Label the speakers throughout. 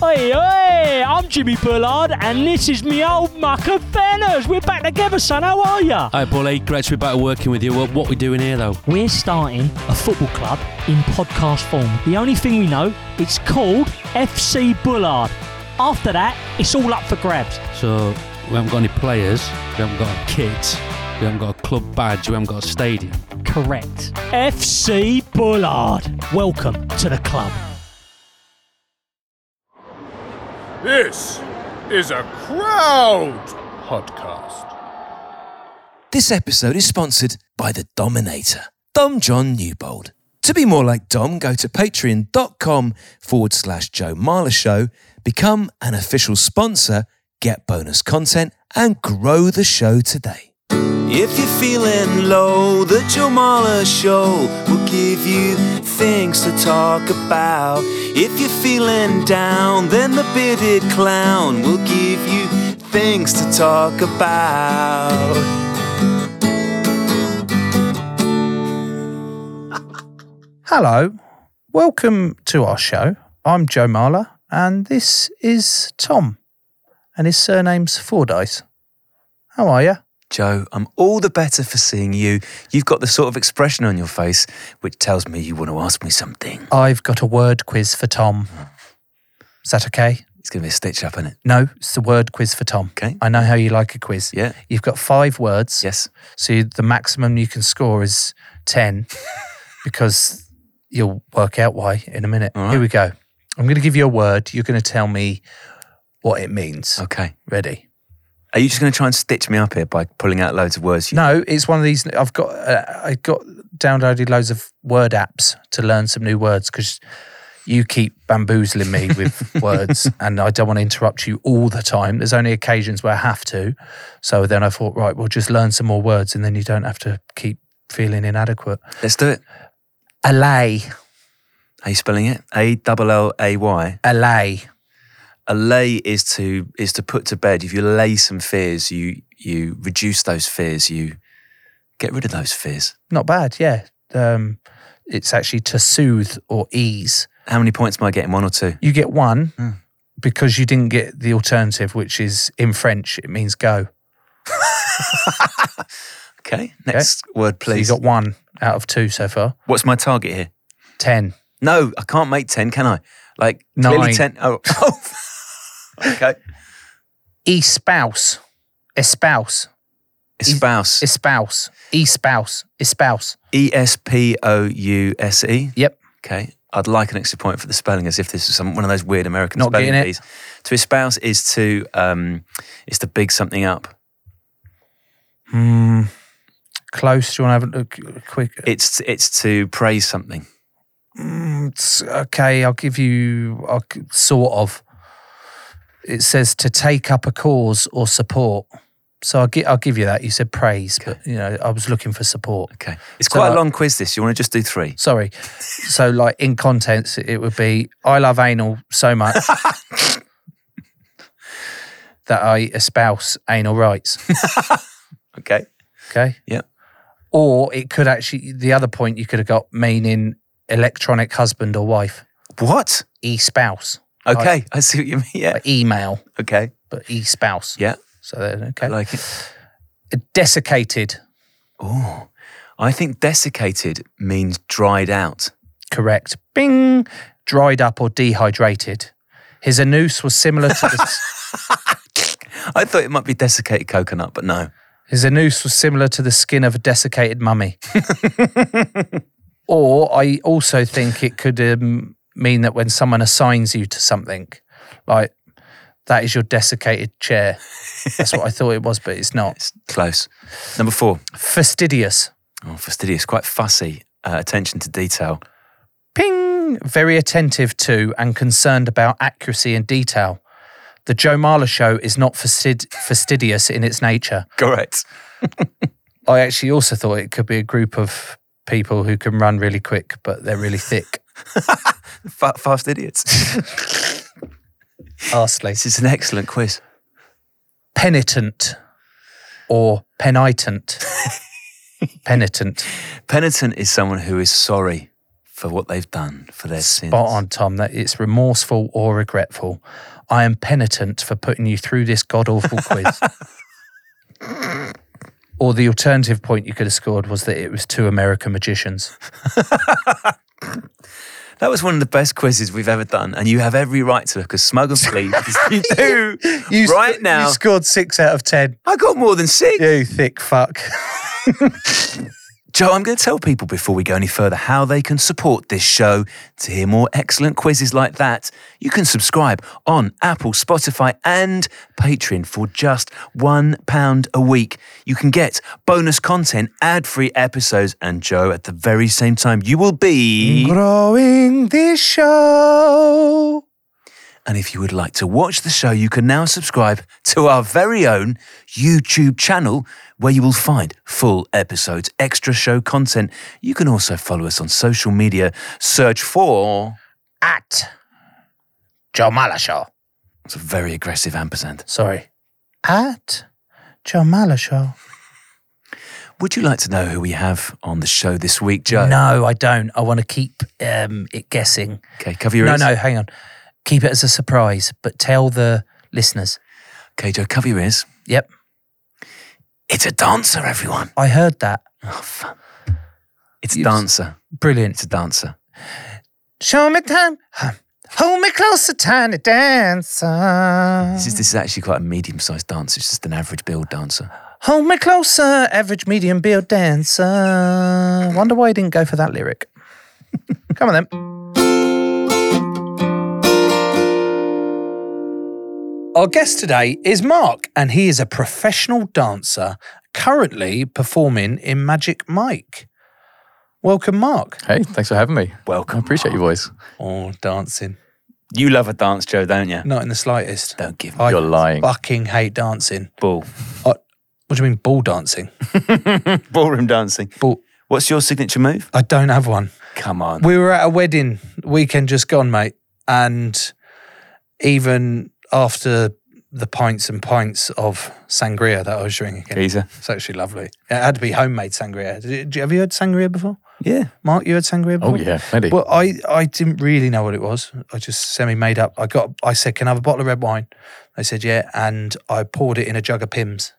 Speaker 1: Hey, hey, I'm Jimmy Bullard, and this is me old muck of Fenners. We're back together, son. How are ya?
Speaker 2: Hi, Bully. Great to be back working with you. What, what we doing here, though?
Speaker 1: We're starting a football club in podcast form. The only thing we know, it's called FC Bullard. After that, it's all up for grabs.
Speaker 2: So, we haven't got any players, we haven't got a kit, we haven't got a club badge, we haven't got a stadium.
Speaker 1: Correct. FC Bullard. Welcome to the club.
Speaker 3: This is a crowd podcast.
Speaker 4: This episode is sponsored by the Dominator, Dom John Newbold. To be more like Dom, go to patreon.com forward slash Joe Marler Show, become an official sponsor, get bonus content, and grow the show today. If you're feeling low, the Joe Marler Show will give you things to talk about. If you're feeling down, then the bearded clown will give you things to talk about.
Speaker 5: Hello, welcome to our show. I'm Joe Marler, and this is Tom, and his surname's Fordyce. How are you?
Speaker 4: Joe, I'm all the better for seeing you. You've got the sort of expression on your face which tells me you want to ask me something.
Speaker 5: I've got a word quiz for Tom. Is that okay?
Speaker 4: It's going to be a stitch up, isn't it?
Speaker 5: No, it's the word quiz for Tom.
Speaker 4: Okay.
Speaker 5: I know how you like a quiz.
Speaker 4: Yeah.
Speaker 5: You've got five words.
Speaker 4: Yes.
Speaker 5: So you- the maximum you can score is 10 because you'll work out why in a minute.
Speaker 4: All right.
Speaker 5: Here we go. I'm going to give you a word. You're going to tell me what it means.
Speaker 4: Okay.
Speaker 5: Ready?
Speaker 4: Are you just going to try and stitch me up here by pulling out loads of words? You-
Speaker 5: No, it's one of these. I've got uh, I got downloaded loads of word apps to learn some new words because you keep bamboozling me with words, and I don't want to interrupt you all the time. There's only occasions where I have to. So then I thought, right, we'll just learn some more words, and then you don't have to keep feeling inadequate.
Speaker 4: Let's do it.
Speaker 5: Allay,
Speaker 4: How are you spelling it? A double L A Y.
Speaker 5: allay.
Speaker 4: A lay is to is to put to bed. If you lay some fears, you you reduce those fears. You get rid of those fears.
Speaker 5: Not bad, yeah. Um, it's actually to soothe or ease.
Speaker 4: How many points am I getting? One or two?
Speaker 5: You get one because you didn't get the alternative, which is in French, it means go.
Speaker 4: Okay. Next word, please.
Speaker 5: So you got one out of two so far.
Speaker 4: What's my target here?
Speaker 5: Ten.
Speaker 4: No, I can't make 10, can I? Like,
Speaker 5: Nine.
Speaker 4: clearly 10. Oh, oh. okay.
Speaker 5: Espouse. Espouse. E-,
Speaker 4: Espouse.
Speaker 5: Espouse. Espouse. Espouse.
Speaker 4: E S P O U S E.
Speaker 5: Yep.
Speaker 4: Okay. I'd like an extra point for the spelling as if this is some, one of those weird American
Speaker 5: Not
Speaker 4: spelling
Speaker 5: getting it.
Speaker 4: bees. To espouse is to um, is to big something up.
Speaker 5: Hmm. Close. Do you want to have a look uh, quick?
Speaker 4: It's it's to praise something.
Speaker 5: Mm, it's- okay, I'll give you I'll, g- sort of. It says to take up a cause or support. So I'll, gi- I'll give you that. You said praise, but you know I was looking for support.
Speaker 4: Okay. It's
Speaker 5: So uh,
Speaker 4: quite
Speaker 5: like-
Speaker 4: a long quiz. This. You want to just do three?
Speaker 5: Sorry. So, like in contents, it would be I love anal so much that I espouse anal rights.
Speaker 4: Okay.
Speaker 5: Okay.
Speaker 4: Yep.
Speaker 5: Or it could actually, the other point you could have got meaning electronic husband or wife,
Speaker 4: What?
Speaker 5: e spouse,
Speaker 4: Okay. I see what you mean. Yeah.
Speaker 5: like email,
Speaker 4: Okay.
Speaker 5: but e spouse.
Speaker 4: Yeah.
Speaker 5: So, then,
Speaker 4: I
Speaker 5: okay.
Speaker 4: like it.
Speaker 5: Desiccated.
Speaker 4: Oh, I think desiccated means dried out.
Speaker 5: Correct. Bing. dried up or dehydrated. His anus was similar to the. s-
Speaker 4: I thought it might be desiccated coconut, but no.
Speaker 5: His anus was similar to the skin of a desiccated mummy. or I also think it could um, mean that when someone assigns you to something, like that is your desiccated chair. That's what I thought it was, but it's not.
Speaker 4: Close. Number four.
Speaker 5: Fastidious.
Speaker 4: Oh, fastidious. Quite fussy. Uh, attention to detail.
Speaker 5: Ping! Very attentive to and concerned about accuracy and detail. The Joe Marler show is not fastid- fastidious in its nature.
Speaker 4: Correct.
Speaker 5: I actually also thought it could be a group of people who can run really quick, but they're really thick.
Speaker 4: Fa- fast idiots.
Speaker 5: Lastly,
Speaker 4: this is an excellent quiz.
Speaker 5: penitent or penitent. penitent.
Speaker 4: Penitent is someone who is sorry for what they've done, for their sins.
Speaker 5: Spot on, Tom. That it's remorseful or regretful. I am penitent for putting you through this god awful quiz. or the alternative point you could have scored was that it was two American magicians.
Speaker 4: That was one of the best quizzes we've ever done, and you have every right to because smug and please you do right now.
Speaker 5: you scored six out of ten.
Speaker 4: I got more than six.
Speaker 5: You thick fuck.
Speaker 4: Joe, I'm going to tell people before we go any further how they can support this show. To hear more excellent quizzes like that, you can subscribe on Apple, Spotify, and Patreon for just £1 a week. You can get bonus content, ad free episodes, and Joe, at the very same time, you will be.
Speaker 5: Growing this show.
Speaker 4: And if you would like to watch the show, you can now subscribe to our very own YouTube channel where you will find full episodes, extra show content. You can also follow us on social media. Search for.
Speaker 5: At Joe Marler show.
Speaker 4: It's a very aggressive ampersand.
Speaker 5: Sorry. At Joe Marler show.
Speaker 4: Would you like to know who we have on the show this week, Joe?
Speaker 5: No, I don't. I want to keep um, it guessing.
Speaker 4: Okay, cover your
Speaker 5: no,
Speaker 4: ears.
Speaker 5: no, hang on. Keep it as a surprise, but tell the listeners.
Speaker 4: Okay, Joe, cover your ears.
Speaker 5: Yep,
Speaker 4: It's a dancer, everyone.
Speaker 5: I heard that.
Speaker 4: It's a
Speaker 5: Yes.
Speaker 4: dancer. Oh, It's
Speaker 5: Brilliant.
Speaker 4: a dancer.
Speaker 5: Show me time. huh, Hold me closer, tiny dancer.
Speaker 4: This is, this is actually quite a medium sized dancer. It's just an average build dancer.
Speaker 5: Hold me closer, average medium build dancer. Wonder why I didn't go for that lyric. Come on then. Our guest today is Mark, and he is a professional dancer currently performing in Magic Mike. Welcome, Mark.
Speaker 6: Hey, thanks for having me.
Speaker 4: Welcome,
Speaker 6: I appreciate your voice.
Speaker 5: Oh, dancing.
Speaker 4: You love a dance, Joe, don't you?
Speaker 5: Not in the slightest.
Speaker 4: Don't give me
Speaker 5: I
Speaker 6: You're lying.
Speaker 5: fucking hate dancing.
Speaker 4: ball.
Speaker 5: I, what do you mean, ball dancing?
Speaker 4: Ballroom dancing.
Speaker 5: Ball.
Speaker 4: What's your signature move?
Speaker 5: I don't have one.
Speaker 4: Come on.
Speaker 5: We were at a wedding weekend just gone, mate, and even after the pints and pints of sangria that I was drinking, again,
Speaker 4: Geezer.
Speaker 5: it's actually lovely. It had to be homemade sangria. Did- did- have you had sangria before,
Speaker 4: Yeah.
Speaker 5: Mark? You had sangria before?
Speaker 6: Oh yeah, plenty.
Speaker 5: Well, I, I didn't really know what it was. I just semi made up. I got I said, "Can I have a bottle of red wine?" They said, "Yeah," and I poured it in a jug of Pims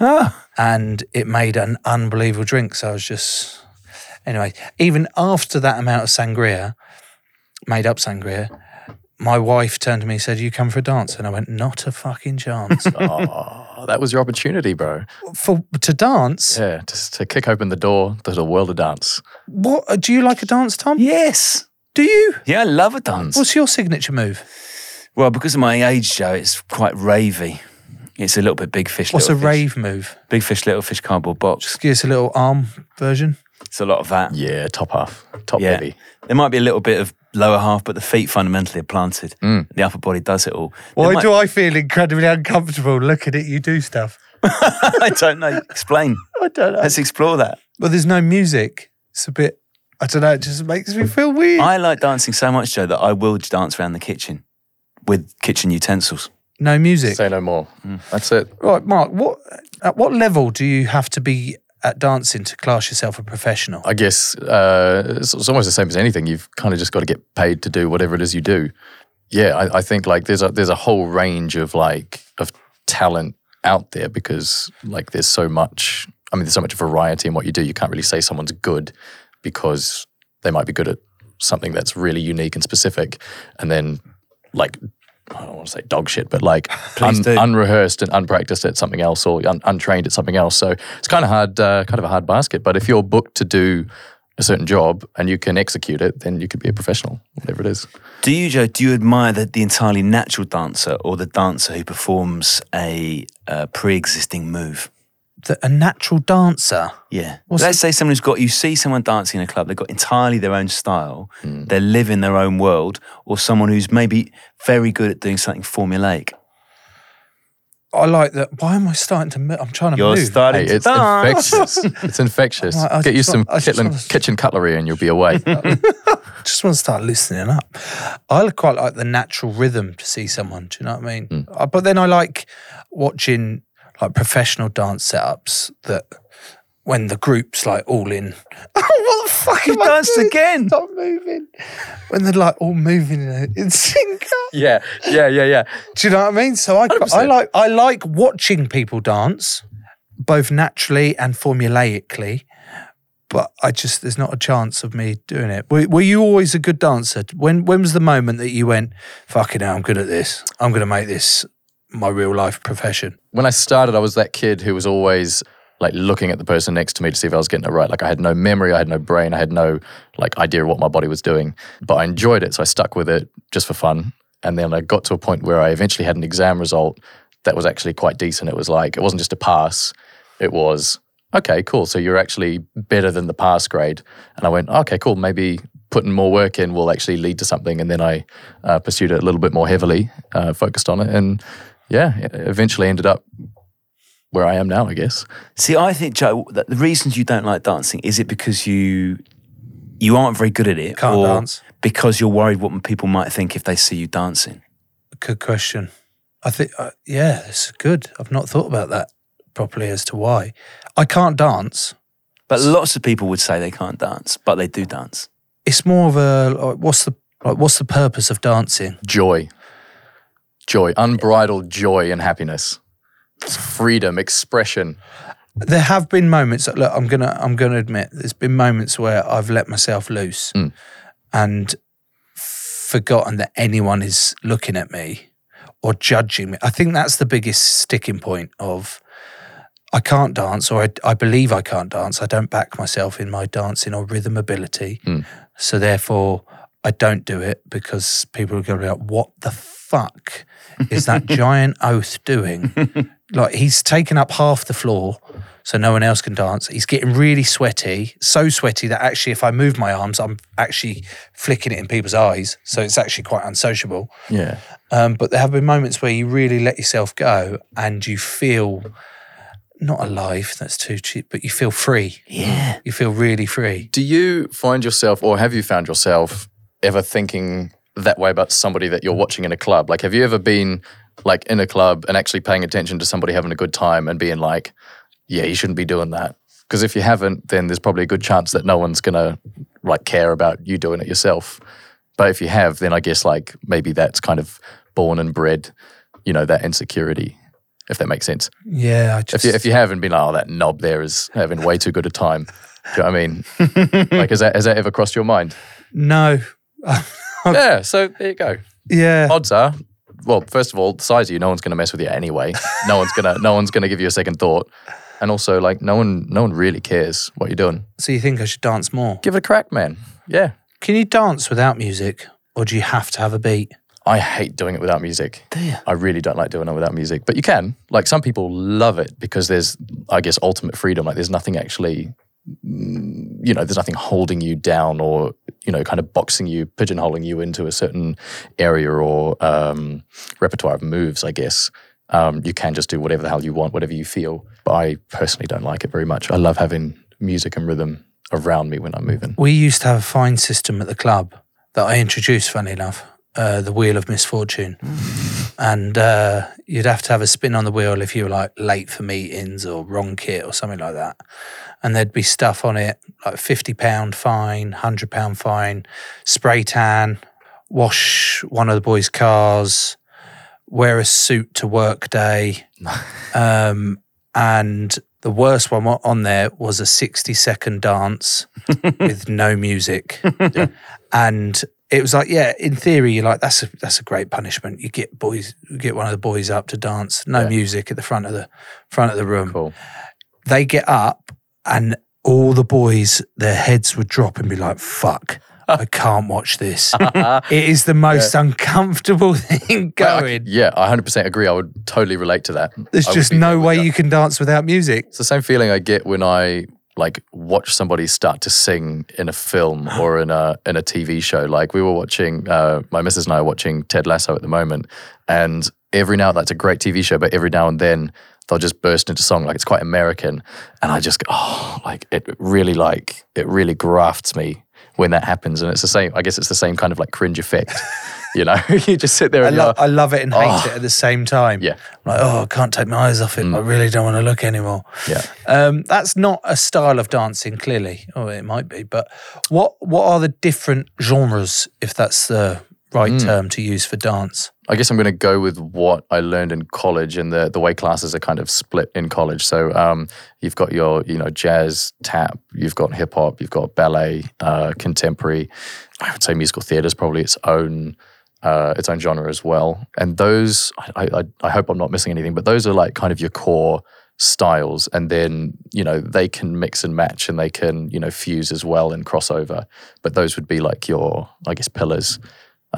Speaker 4: Ah.
Speaker 5: and it made an unbelievable drink. So I was just anyway. Even after that amount of sangria, made up sangria, my wife turned to me and said, "You come for a dance?" And I went, "Not a fucking chance Uh,
Speaker 6: Oh, that was your opportunity, bro.
Speaker 5: for to dance."
Speaker 6: Yeah, just to kick open the door to the world of dance.
Speaker 5: What uh, do you like a dance, Tom?
Speaker 4: Yes.
Speaker 5: Do you?
Speaker 4: Yeah, I love a dance.
Speaker 5: What's your signature move?
Speaker 4: well, because of my age, Joe, it's quite ravey. It's a little bit big fish.
Speaker 5: What's a
Speaker 4: little fish.
Speaker 5: rave move?
Speaker 4: Big fish, little fish, cardboard box.
Speaker 5: Just give us a little arm version.
Speaker 4: It's a lot of that.
Speaker 6: Yeah, top half, top
Speaker 4: Yeah.
Speaker 6: heavy.
Speaker 4: There might be a little bit of lower half, but the feet fundamentally are planted. The upper body does it all. There might-
Speaker 5: I feel incredibly uncomfortable looking at you do stuff?
Speaker 4: I don't know. Explain. I don't know. Let's explore that.
Speaker 5: Well, there's no music. It's a bit. I don't know. It just makes me feel weird.
Speaker 4: I like dancing so much, Joe, that I will dance around the kitchen with kitchen utensils.
Speaker 5: no music.
Speaker 6: Say no more. That's it.
Speaker 5: Right, Mark. What at what level do you have to be at dancing to class yourself a professional?
Speaker 6: I guess uh, it's, it's almost the same as anything. You've kind of just got to get paid to do whatever it is you do. Yeah, I, I think like there's a there's a whole range of like of talent out there because like there's so much. I mean, there's so much variety in what you do. You can't really say someone's good because they might be good at something that's really unique and specific, and then like I don't want to say dog shit, but like un-
Speaker 7: do.
Speaker 6: unrehearsed and unpracticed at something else or un- untrained at something else. So it's kind of hard, uh, kind of a hard basket. But if you're booked to do a certain job and you can execute it, then you could be a professional, whatever it is.
Speaker 4: Do you, Joe, do you admire the, the entirely natural dancer or the dancer who performs a uh, pre existing move?
Speaker 5: The, a natural dancer.
Speaker 4: Yeah.
Speaker 5: What's
Speaker 4: Let's say someone who's got, you see someone dancing in a club, they've got entirely their own style,
Speaker 5: Hmm.
Speaker 4: they live in their own world, or someone who's maybe very good at doing something formulaic.
Speaker 5: I like that. Why am I starting to move? I'm trying to
Speaker 4: You're
Speaker 5: move.
Speaker 4: starting
Speaker 6: Hey,
Speaker 4: to
Speaker 6: it's
Speaker 4: dance.
Speaker 6: infectious. It's infectious.
Speaker 5: Right, I
Speaker 6: Get you
Speaker 5: just
Speaker 6: some
Speaker 5: want- I just
Speaker 6: kitchen,
Speaker 5: want to-
Speaker 6: kitchen cutlery and you'll be away.
Speaker 5: just want to start loosening up. I quite like the natural rhythm to see someone. Do you know what I mean?
Speaker 4: Hmm.
Speaker 5: Uh, But then I like watching like professional dance setups that when the group's like all in. Oh, what the fuck?
Speaker 4: You
Speaker 5: am I
Speaker 4: danced
Speaker 5: doing?
Speaker 4: again.
Speaker 5: Stop moving. When they're like all moving in, in sync.
Speaker 6: yeah, yeah, yeah, yeah.
Speaker 5: Do you know what I mean? So I, I
Speaker 6: 100%.
Speaker 5: like I like watching people dance, both naturally and formulaically. But I just there's not a chance of me doing it. Were, were you always a good dancer? When when was the moment that you went, "Fucking hell, I'm good at this. I'm going to make this my real life profession."
Speaker 6: when I started, I was that kid who was always like looking at the person next to me to see if I was getting it right. Like I had no memory, I had no brain, I had no like idea of what my body was doing, but I enjoyed it, so I stuck with it just for fun. And then I got to a point where I eventually had an exam result that was actually quite decent. It was like it wasn't just a pass; it was okay, cool. So you're actually better than the pass grade. And I went, okay, cool. Maybe putting more work in will actually lead to something. And then I uh, pursued it a little bit more heavily, uh, focused on it, and yeah, it eventually ended up where I am now, I guess.
Speaker 4: See, I think Joe, that the reasons you don't like dancing is it because you you aren't very good at it,
Speaker 5: Can't
Speaker 4: or
Speaker 5: dance.
Speaker 4: because you're worried what people might think if they see you dancing.
Speaker 5: Good question. I think uh, yeah, it's good. I've not thought about that properly as to why I can't dance.
Speaker 4: But lots of people would say they can't dance, but they do dance.
Speaker 5: It's more of a like, what's the like, what's the purpose of dancing?
Speaker 6: Joy, joy, unbridled joy and happiness, freedom, expression.
Speaker 5: there have been moments that look i'm gonna i'm gonna admit there's been moments where i've let myself loose and forgotten that anyone is looking at me or judging me i think that's the biggest sticking point of i can't dance or i, I believe i can't dance i don't back myself in my dancing or rhythm ability so therefore i don't do it because people are going to be like what the fuck is that giant oath doing like he's taken up half the floor so no one else can dance he's getting really sweaty so sweaty that actually if i move my arms i'm actually flicking it in people's eyes so it's actually quite unsociable
Speaker 6: Yeah.
Speaker 5: um, but there have been moments where you really let yourself go and you feel not alive that's too cheap but you feel free yeah you feel really free
Speaker 6: Do you find yourself, or have you found yourself ever thinking that way about somebody that you're watching in a club? Like, have you ever been like in a club and actually paying attention to somebody having a good time and being like, yeah, you shouldn't be doing that? Because if you haven't, then there's probably a good chance that no one's going to like care about you doing it yourself. But if you have, then I guess like maybe that's kind of born and bred, you know, that insecurity, if that makes sense.
Speaker 5: yeah i just
Speaker 6: If you, if you haven't been, oh, that knob there is having way too good a time. Do you know what I mean? like, has that, has that ever crossed your mind?
Speaker 5: no
Speaker 6: Yeah, so there you go.
Speaker 5: yeah
Speaker 6: Odds are, well, first of all, the size of you, no one's going to mess with you anyway. No one's gonna, no one's gonna give you a second thought. And also, like, no one, no one really cares what you're doing.
Speaker 5: so you think i should dance more
Speaker 6: Give it a crack, man. Yeah,
Speaker 5: can you dance without music or do you have to have a beat
Speaker 6: I hate doing it without music. I really don't like doing it without music, but you can. Like, some people love it because there's, I guess, ultimate freedom. Like, there's nothing actually. mm, You know, there's nothing holding you down or, you know, kind of boxing you, pigeonholing you into a certain area or um, repertoire of moves, I guess. um, you can just do whatever the hell you want, whatever you feel. But I personally don't like it very much. I love having music and rhythm around me when I'm moving.
Speaker 5: We used to have a fine system at the club that I introduced, funny enough, uh, the wheel of misfortune. and uh, you'd have to have a spin on the wheel if you were like late for meetings or wrong kit or something like that. And there'd be stuff on it like fifty pound fine, hundred pound fine, spray tan, wash one of the boys' cars, wear a suit to work day. um, And the worst one on there was a 60 second dance with no music. And it was like, yeah, in theory, you're like, that's a, that's a great punishment. You get boys, you get one of the boys up to dance, no music at the front of the front of the room.
Speaker 6: Cool.
Speaker 5: They get up and all the boys, their heads would drop and be like, fuck, I can't watch this. it is the most uncomfortable thing going.
Speaker 6: Yeah, I 100% agree. I would totally relate to that.
Speaker 5: There's
Speaker 6: I would
Speaker 5: just
Speaker 6: be there
Speaker 5: no
Speaker 6: with
Speaker 5: way
Speaker 6: that.
Speaker 5: you can dance without music.
Speaker 6: It's the same feeling I get when I like watch somebody start to sing in a film or in a in a TV show. Like we were watching, uh, my missus and I are watching Ted Lasso at the moment, and every now that's a great TV show, but every now and then they'll just burst into song. Like it's quite American, and I just go, oh, like it really like it really grafts me when that happens. And it's the same. I guess it's the same kind of like cringe effect. you know, you just sit there
Speaker 5: I,
Speaker 6: and you're
Speaker 5: lo- I love it and hate
Speaker 6: Oh.
Speaker 5: it at the same time.
Speaker 6: Yeah. Mm.
Speaker 5: I'm like, oh, I can't take my eyes off it. I really don't want to look anymore.
Speaker 6: Yeah.
Speaker 5: Um, that's not a style of dancing, clearly. Oh, it might be. But what, what are the different genres, if that's the right
Speaker 6: Mm.
Speaker 5: term to use for dance?
Speaker 6: I guess I'm going to go with what I learned in college and the, the way classes are kind of split in college. So um, you've got your, you know, jazz, tap, you've got hip hop, you've got ballet, uh, contemporary. I would say musical theatre is probably its own uh, its own genre as well. And those, I, I, I hope I'm not missing anything, but those are like kind of your core styles. And then, you know, they can mix and match and they can, you know, fuse as well and crossover. But those would be like your, I guess, pillars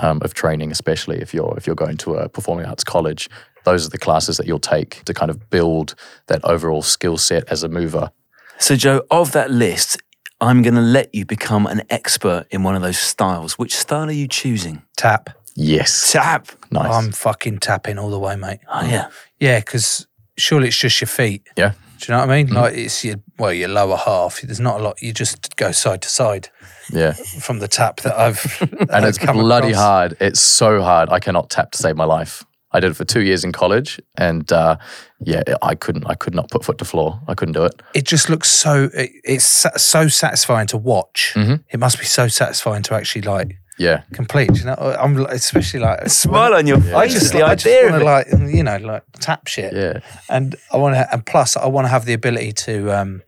Speaker 6: um, of training, especially if you're if you're going to a performing arts college. Those are the classes that you'll take to kind of build that overall skill set as a mover.
Speaker 4: So, Joe, of that list, I'm going to let you become an expert in one of those styles. Which style are you choosing?
Speaker 5: Tap.
Speaker 6: Yes,
Speaker 4: Tap.
Speaker 6: nice.
Speaker 5: I'm fucking tapping all the way, mate.
Speaker 4: Oh, yeah.
Speaker 5: Yeah, because surely it's just your feet.
Speaker 6: yeah,
Speaker 5: Do you know what I mean?
Speaker 6: Mm-hmm.
Speaker 5: Like it's your well, your lower half. There's not a lot. You just go side to side
Speaker 6: yeah.
Speaker 5: from the tap that I've.
Speaker 6: and it's bloody hard. It's so hard. I cannot tap to save my life. I did it for two years in college, and uh, yeah, I couldn't. I could not put foot to floor. I couldn't do it.
Speaker 5: It just looks so. It, it's sa- so satisfying to watch.
Speaker 6: Mm-hmm.
Speaker 5: It must be so satisfying to actually like
Speaker 6: Yeah,
Speaker 5: complete. You know, I'm li- especially like
Speaker 4: Smile on your face.
Speaker 5: I just,
Speaker 4: the
Speaker 5: like, I just
Speaker 4: idea
Speaker 5: want
Speaker 4: of it.
Speaker 5: to like you know like tap shit.
Speaker 6: yeah,
Speaker 5: and I want to, and plus, I want to have the ability to um,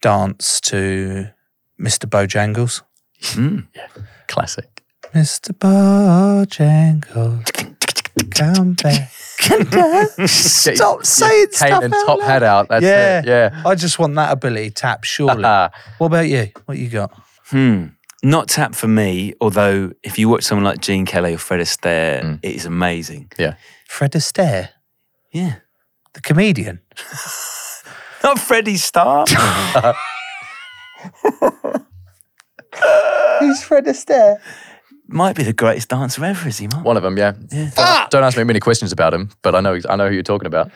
Speaker 5: dance to Mr. Bojangles.
Speaker 6: classic.
Speaker 5: Mr. Bojangles, come back.
Speaker 6: Get your- your
Speaker 5: Stop saying
Speaker 6: cane
Speaker 5: stuff
Speaker 6: and
Speaker 5: out
Speaker 6: top
Speaker 5: loud.
Speaker 6: hat out. That's
Speaker 5: yeah,
Speaker 6: it. Yeah.
Speaker 5: I just want that ability tap. Surely.
Speaker 6: Ah,
Speaker 5: what about you? What you got?
Speaker 4: Hmm. Not tap for me, although if you watch someone like Gene Kelly or Fred Astaire,
Speaker 5: Mm.
Speaker 4: it is amazing.
Speaker 5: Fred Astaire,
Speaker 4: Yeah.
Speaker 5: the comedian.
Speaker 4: Not Freddie Starr.
Speaker 5: Who's Fred Astaire?
Speaker 4: might be the greatest dancer ever, is he, Mark?
Speaker 6: one of them. Yeah. Don't, don't ask me many questions about him, but I know. I know who you're talking about.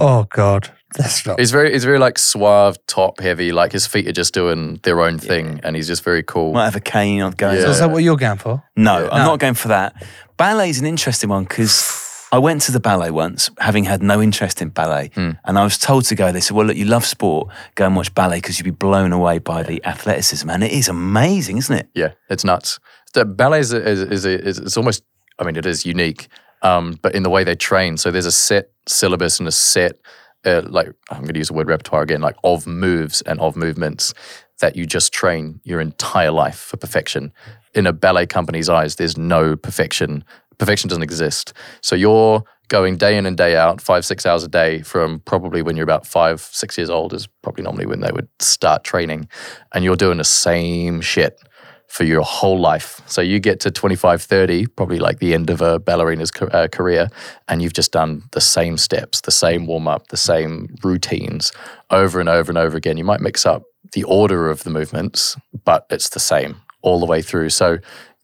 Speaker 5: Oh God, that's not.
Speaker 6: He's very. He's very like suave, top heavy. Like his feet are just doing their own thing, and he's just very cool.
Speaker 4: Might have a cane on going.
Speaker 6: Yeah.
Speaker 5: So is that what you're going for?
Speaker 4: No, I'm not going for that. Ballet's an interesting one because I went to the ballet once, having had no interest in ballet, and I was told to go. They said, "Well, look, you love sport, go and watch ballet because you'd be blown away by the athleticism." And it is amazing, isn't it?
Speaker 6: Yeah, it's nuts. The ballet is is, is, is it's almost. I mean, it is unique, um, but in the way they train. So there's a set syllabus and a set, uh, like I'm going to use the word repertoire again, like of moves and of movements that you just train your entire life for perfection. In a ballet company's eyes, there's no perfection. Perfection doesn't exist. So you're going day in and day out, five six hours a day from probably when you're about five six years old is probably normally when they would start training, and you're doing the same shit for your whole life. So you get to 25, 30, probably like the end of a ballerina's ca- uh, career, and you've just done the same steps, the same warm up, the same routines over and over and over again. You might mix up the order of the movements, but it's the same all the way through. So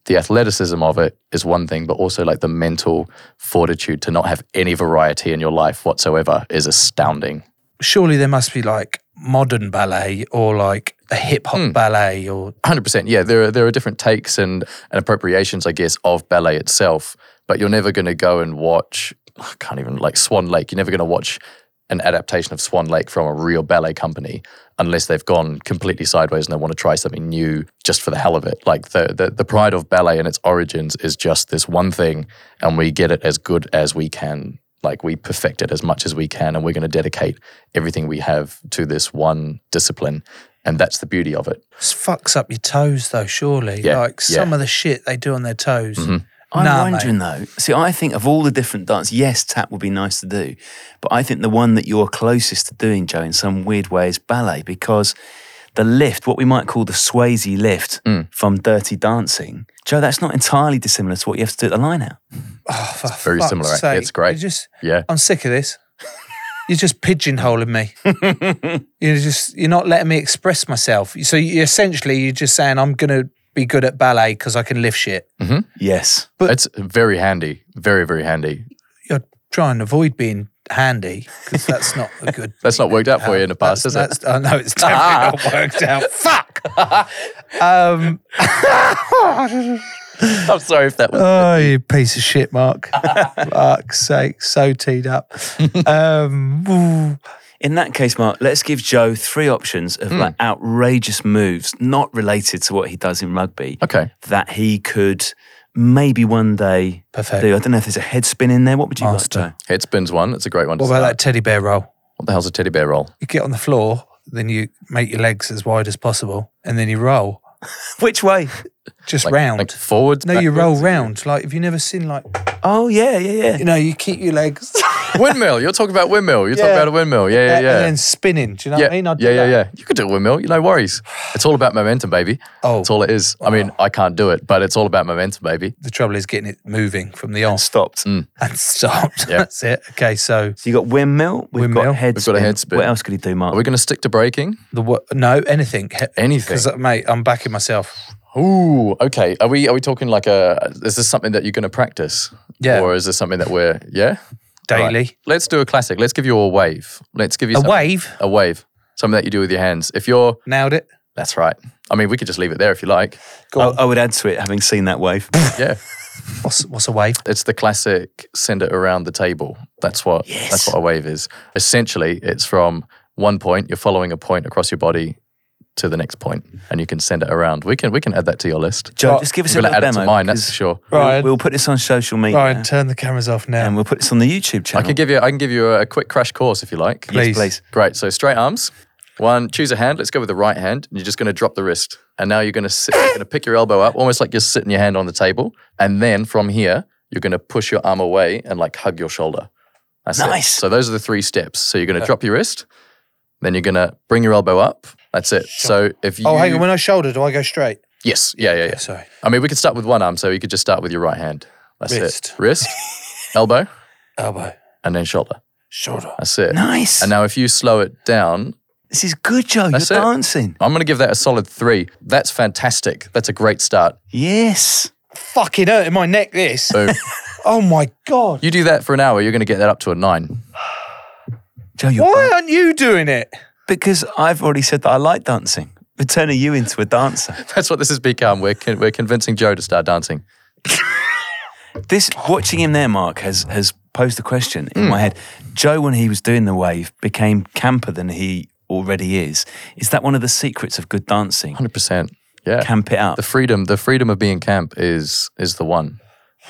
Speaker 6: the athleticism of it is one thing, but also like the mental fortitude to not have any variety in your life whatsoever is astounding.
Speaker 5: Surely there must be like modern ballet or like a hip hop
Speaker 6: Hmm.
Speaker 5: ballet or
Speaker 6: Hundred percent. Yeah, there are there are different takes and, and appropriations, I guess, of ballet itself. But you're never going to go and watch. I can't even like Swan Lake. You're never going to watch an adaptation of Swan Lake from a real ballet company unless they've gone completely sideways and they want to try something new just for the hell of it. Like the the, the pride of ballet and its origins is just this one thing, and we get it as good as we can like we perfect it as much as we can and we're going to dedicate everything we have to this one discipline and that's the beauty of it
Speaker 5: This fucks up your toes, though. Surely,
Speaker 6: Yeah,
Speaker 5: like some
Speaker 6: yeah. Mm-hmm.
Speaker 5: of the shit they do on their toes.
Speaker 4: I'm
Speaker 5: Nah,
Speaker 4: wondering though. See, I think of all the different dance, yes, tap would be nice to do, but I think the one that you're closest to doing, Joe, in some weird way, is ballet because the lift, what we might call the Swayze lift from Dirty Dancing, Joe, that's not entirely dissimilar to what you have to do at the line out.
Speaker 5: Oh, for
Speaker 6: very
Speaker 5: fuck's
Speaker 6: similar, eh?
Speaker 5: sake.
Speaker 6: it's great.
Speaker 5: You Just,
Speaker 6: yeah
Speaker 5: I'm sick of this. You're just pigeonholing me. you're just you're not letting me express myself. So you, essentially, you're just saying I'm gonna be good at ballet because I can lift shit.
Speaker 4: Yes.
Speaker 6: it's very handy very very handy
Speaker 5: You're trying to avoid being handy because that's not a good.
Speaker 6: that's not worked out for you in the past is it
Speaker 5: that's, I know it's definitely not worked out. Fuck. um,
Speaker 6: i'm sorry if that was
Speaker 5: Oh, you piece of shit, Mark. Fuck's sake, so teed up. Um, ooh.
Speaker 4: In that case, Mark, let's give Joe three options
Speaker 6: Hmm.
Speaker 4: of like outrageous moves not related to what he does in rugby
Speaker 6: okay
Speaker 4: that he could maybe one day
Speaker 5: Perfect.
Speaker 4: do. I don't know if there's a head spin in there. What would you like,
Speaker 5: Master.
Speaker 4: Joe?
Speaker 6: head spins one it's a great one to
Speaker 5: what about that
Speaker 6: start.
Speaker 5: teddy bear roll?
Speaker 6: what the hell's a teddy bear roll
Speaker 5: You get on the floor, then you make your legs as wide as possible, and then you roll
Speaker 4: Which way?
Speaker 5: just
Speaker 6: like,
Speaker 5: round.
Speaker 6: like forwards
Speaker 5: no, you roll
Speaker 6: backwards?
Speaker 5: round. Like, have you never seen like
Speaker 4: Oh, yeah, yeah, yeah.
Speaker 5: you know? You keep your legs,
Speaker 6: windmill you're talking about windmill you're
Speaker 5: Yeah.
Speaker 6: talking about a windmill yeah yeah
Speaker 5: and
Speaker 6: yeah
Speaker 5: then spinning. Do you know
Speaker 6: yeah,
Speaker 5: what I mean? I do
Speaker 6: yeah, yeah,
Speaker 5: that.
Speaker 6: yeah. You could do a windmill. You no worries. It's all about momentum, baby.
Speaker 5: Oh.
Speaker 6: it's all it is. I mean, I can't do it, but it's all about momentum, baby.
Speaker 5: The trouble is getting it moving from the on
Speaker 4: Stopped.
Speaker 6: Hmm.
Speaker 5: and stopped.
Speaker 6: Yeah.
Speaker 5: That's it. Okay, so
Speaker 4: So you got windmill, we've
Speaker 5: Windmill.
Speaker 4: got head
Speaker 6: We've got a head spin.
Speaker 4: What else could he do, Mark?
Speaker 6: Are we going to stick to breaking?
Speaker 5: the wo- no anything
Speaker 6: Anything.
Speaker 5: because mate, I'm backing myself.
Speaker 6: Ooh, okay. Are we are we talking like a? Is this something that you're going to practice?
Speaker 5: Yeah.
Speaker 6: Or is this something that we're yeah?
Speaker 5: Daily.
Speaker 6: Right. Let's do a classic. Let's give you a wave. Let's give you
Speaker 5: A
Speaker 6: something-
Speaker 5: wave?
Speaker 6: A wave. Something that you do with your hands. If you're
Speaker 5: Nailed it.
Speaker 6: that's right. I mean, we could just leave it there if you like.
Speaker 4: I, I would add to it, having seen that wave.
Speaker 6: Yeah.
Speaker 5: What's what's a wave?
Speaker 6: It's the classic send it around the table. That's what that's what a wave is. Essentially, it's from one point, you're following a point across your body to the next point, and you can send it around. We can we can add that to your list.
Speaker 4: Joe, just give us
Speaker 6: We're
Speaker 4: a
Speaker 6: gonna
Speaker 4: little
Speaker 6: add it
Speaker 4: demo.
Speaker 6: to mine, that's
Speaker 4: because
Speaker 6: for sure.
Speaker 4: we'll-
Speaker 5: Ryan.
Speaker 4: We'll, put this on social media.
Speaker 5: Ryan, turn the cameras off now.
Speaker 4: And we'll put this on the YouTube
Speaker 6: I
Speaker 4: channel.
Speaker 6: can give you I can give you a quick crash course if you like.
Speaker 5: Please.
Speaker 4: please.
Speaker 6: Great. So straight arms. One, choose a hand. Let's go with the right hand. And you're just going to drop the wrist. And now you're going to sit, you're going to pick your elbow up, almost like you're sitting your hand on the table. And then from here, you're going to push your arm away and like hug your shoulder. That's it.
Speaker 4: Nice.
Speaker 6: So those are the three steps. So you're going to drop your wrist. Then you're going to bring your elbow up. That's it. So if you.
Speaker 5: oh, hang on. When I shoulder, do I go straight?
Speaker 6: Yes. Yeah, yeah, yeah.
Speaker 5: Sorry.
Speaker 6: I mean, we could start with one arm. So you could just start with your right hand. That's
Speaker 5: Wrist.
Speaker 6: it. Wrist, elbow,
Speaker 5: Elbow.
Speaker 6: and then shoulder.
Speaker 5: Shoulder.
Speaker 6: That's it.
Speaker 4: Nice.
Speaker 6: And now if you slow it down,
Speaker 4: this is good, Joe. You're
Speaker 6: That's it.
Speaker 4: dancing.
Speaker 6: I'm going to give that a solid three. That's fantastic. That's a great start.
Speaker 4: Yes.
Speaker 5: Fucking hurting my neck. This.
Speaker 6: Boom.
Speaker 5: oh my god.
Speaker 6: you do that for an hour, you're going to get that up to a nine.
Speaker 4: Joe, you're
Speaker 5: Why aren't you doing it?
Speaker 4: Because I've already said that I like dancing. We're turning you into a dancer.
Speaker 6: That's what this has become. We're, con- we're convincing Joe to start dancing.
Speaker 4: This watching him there, Mark, has has posed a question
Speaker 6: Hmm.
Speaker 4: in my head. Joe, when he was doing the wave, became camper than he already is. Is that one of the secrets of good dancing?
Speaker 6: 100%. Yeah.
Speaker 4: Camp it up.
Speaker 6: The freedom, the freedom of being camp is is the one,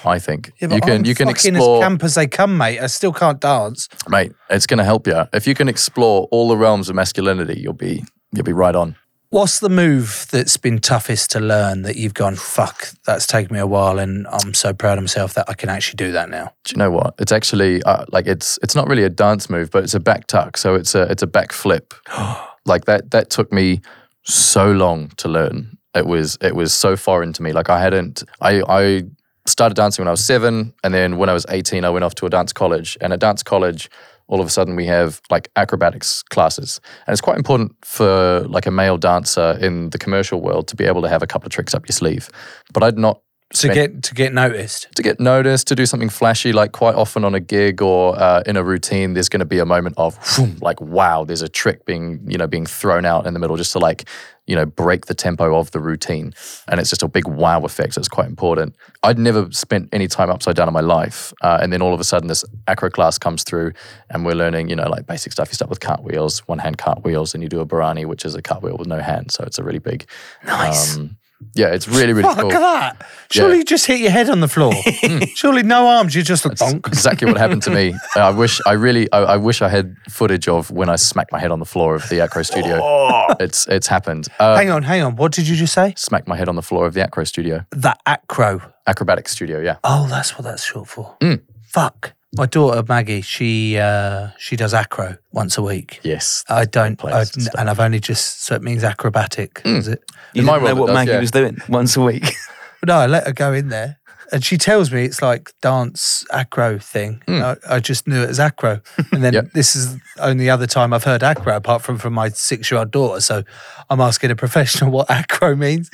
Speaker 6: I think. you can
Speaker 5: I'm
Speaker 6: you can
Speaker 5: fucking
Speaker 6: explore
Speaker 5: as camp as they come, mate. I still can't dance.
Speaker 6: mate, it's going to help you. If you can explore all the realms of masculinity, you'll be you'll be right on.
Speaker 5: What's the move that's been toughest to learn that you've gone fuck? That's taken me a while, and I'm so proud of myself that I can actually do that now.
Speaker 6: do you know what? It's actually uh, like it's it's not really a dance move, but it's a back tuck. So it's a it's a back flip. like that that took me so long to learn. It was it was so foreign to me. Like I hadn't I I started dancing when I was seven, and then when I was eighteen, I went off to a dance college. And at dance college, all of a sudden we have like acrobatics classes, and it's quite important for like a male dancer in the commercial world to be able to have a couple of tricks up your sleeve. But I'd not
Speaker 5: To get to get noticed.
Speaker 6: to get noticed, to do something flashy, like quite often on a gig or uh, in a routine, there's going to be a moment of whoom, like, wow, there's a trick being, you know, being thrown out in the middle just to like, you know, break the tempo of the routine. And it's just a big wow effect. That's quite important. I'd never spent any time upside down in my life. Uh, and then all of a sudden this acro class comes through and we're learning, you know, like basic stuff. You start with cartwheels, one hand cartwheels, and you do a Barani, which is a cartwheel with no hand. So it's a really big, nice. Um, Yeah, it's really, really
Speaker 5: Fuck
Speaker 6: cool.
Speaker 5: that. Surely
Speaker 6: Yeah.
Speaker 5: you just hit your head on the floor. Surely no arms. You're just a
Speaker 6: That's
Speaker 5: bonk.
Speaker 6: exactly what happened to me. Uh, I wish I really, I, I wish I had footage of when I smacked my head on the floor of the Acro Studio. It's it's happened. Uh,
Speaker 5: Oh. hang on, hang on. What did you just say?
Speaker 6: smacked my head on the floor of the Acro Studio,
Speaker 5: The acro.
Speaker 6: acrobatic studio. Yeah,
Speaker 5: Oh, that's what that's short for. Fuck. My daughter Maggie, she uh, she does acro once a week.
Speaker 6: yes.
Speaker 5: I don't,
Speaker 6: Plays
Speaker 5: I,
Speaker 6: and stuff.
Speaker 5: and Hmm. I've only just so it means acrobatic. Is it?
Speaker 4: You
Speaker 6: In my
Speaker 4: didn't know
Speaker 6: world it
Speaker 4: what
Speaker 6: does,
Speaker 4: Maggie
Speaker 6: yeah.
Speaker 4: was doing once a week.
Speaker 5: No, I let her go in there, and she tells me it's like dance acro thing. I, I just knew it as acro, and then
Speaker 6: Yep.
Speaker 5: this is the only other time I've heard acro apart from from my six year old daughter. So I'm asking a professional what acro means,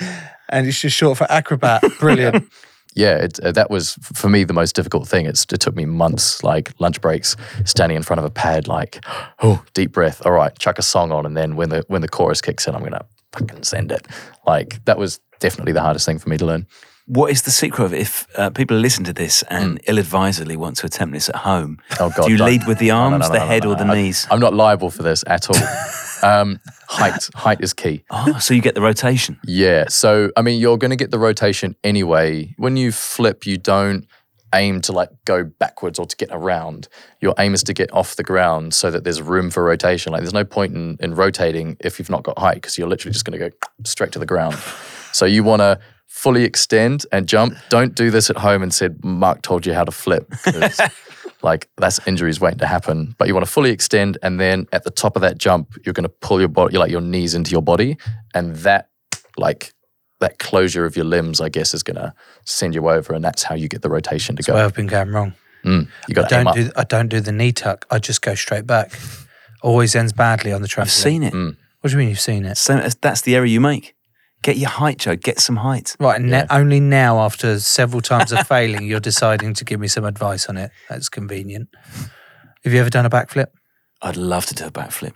Speaker 5: and it's just short for acrobat. Brilliant.
Speaker 6: yeah, it, uh, that was f- for me the most difficult thing. It's, it took me months, like lunch breaks, standing in front of a pad, like, oh, deep breath. All right, chuck a song on, and then when the when the chorus kicks in, I'm gonna fucking send it. Like that was definitely the hardest thing for me to learn.
Speaker 4: What is the secret of it? If uh, people listen to this and ill-advisedly want to attempt this at home,
Speaker 6: Hmm. Oh God!
Speaker 4: do you
Speaker 6: don't.
Speaker 4: lead with the
Speaker 6: No, no, no,
Speaker 4: arms,
Speaker 6: no,
Speaker 4: the
Speaker 6: no,
Speaker 4: head,
Speaker 6: no,
Speaker 4: or the
Speaker 6: no. I-
Speaker 4: knees?
Speaker 6: I'm not liable for this at all. um, height, height is key.
Speaker 4: Ah, so you get the rotation.
Speaker 6: Yeah. So, I mean, you're going to get the rotation anyway. When you flip, you don't aim to like go backwards or to get around. Your aim is to get off the ground so that there's room for rotation. Like, there's no point in, in rotating if you've not got height because you're literally just going to go straight to the ground. So, you want to fully extend and jump. Don't do this at home and said, Mark told you how to flip. 'cause, Like that's injuries waiting to happen, but you want to fully extend, and then at the top of that jump, you're going to pull your body, like your knees into your body, and that like that closure of your limbs, I guess, is going to send you over, and that's how you get the rotation to
Speaker 5: Where
Speaker 6: go.
Speaker 5: I've been going wrong.
Speaker 6: Mm, you
Speaker 5: I
Speaker 6: got to aim
Speaker 5: don't
Speaker 6: up.
Speaker 5: do I don't do the knee tuck. I just go straight back. Always ends badly on the trampoline.
Speaker 4: I've seen
Speaker 6: Hmm.
Speaker 4: it.
Speaker 5: What do you mean you've seen it?
Speaker 4: So that's- that's the error you make. Get your height, Joe. Get some height.
Speaker 5: Right, and ne- only now after several times of failing, you're deciding to give me some advice on it. That's convenient. Have you ever done a backflip?
Speaker 4: I'd love to do a backflip.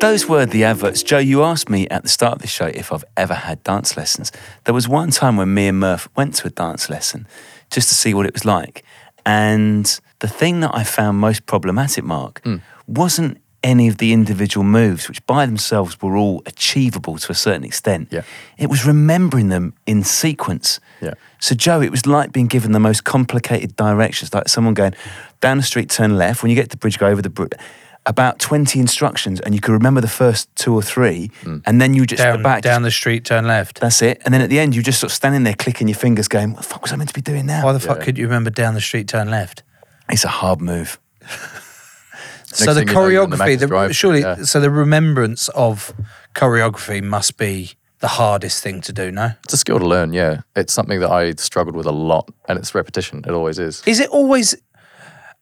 Speaker 4: Those were the adverts. Joe, you asked me at the start of the show if I've ever had dance lessons. There was one time when me and Murph went to a dance lesson just to see what it was like. And the thing that I found most problematic, Mark,
Speaker 5: Hmm.
Speaker 4: wasn't any of the individual moves, which by themselves were all achievable to a certain extent.
Speaker 6: Yeah.
Speaker 4: It was remembering them in sequence.
Speaker 6: Yeah.
Speaker 4: So, Joe, it was like being given the most complicated directions, like someone going down the street, turn left. When you get to the bridge, go over the bridge. About 20 instructions, and you could remember the first two or three, and then you just
Speaker 5: Hmm. Down,
Speaker 4: go back.
Speaker 5: down
Speaker 4: just-
Speaker 5: the street, turn left.
Speaker 4: that's it. And then at the end, you're just sort of standing there clicking your fingers, going, What the fuck was I meant to be doing now?
Speaker 5: Why the fuck could you remember down the street, turn left?
Speaker 4: It's a hard move.
Speaker 5: so the
Speaker 6: thing you know, you're on the
Speaker 5: choreography,
Speaker 6: Macca's
Speaker 5: the,
Speaker 6: drive.
Speaker 5: surely,
Speaker 6: Yeah.
Speaker 5: so the remembrance of choreography must be the hardest thing to do. No,
Speaker 6: It's a skill to learn. Yeah, it's something that I struggled with a lot, and it's repetition. It always is.
Speaker 5: is it always?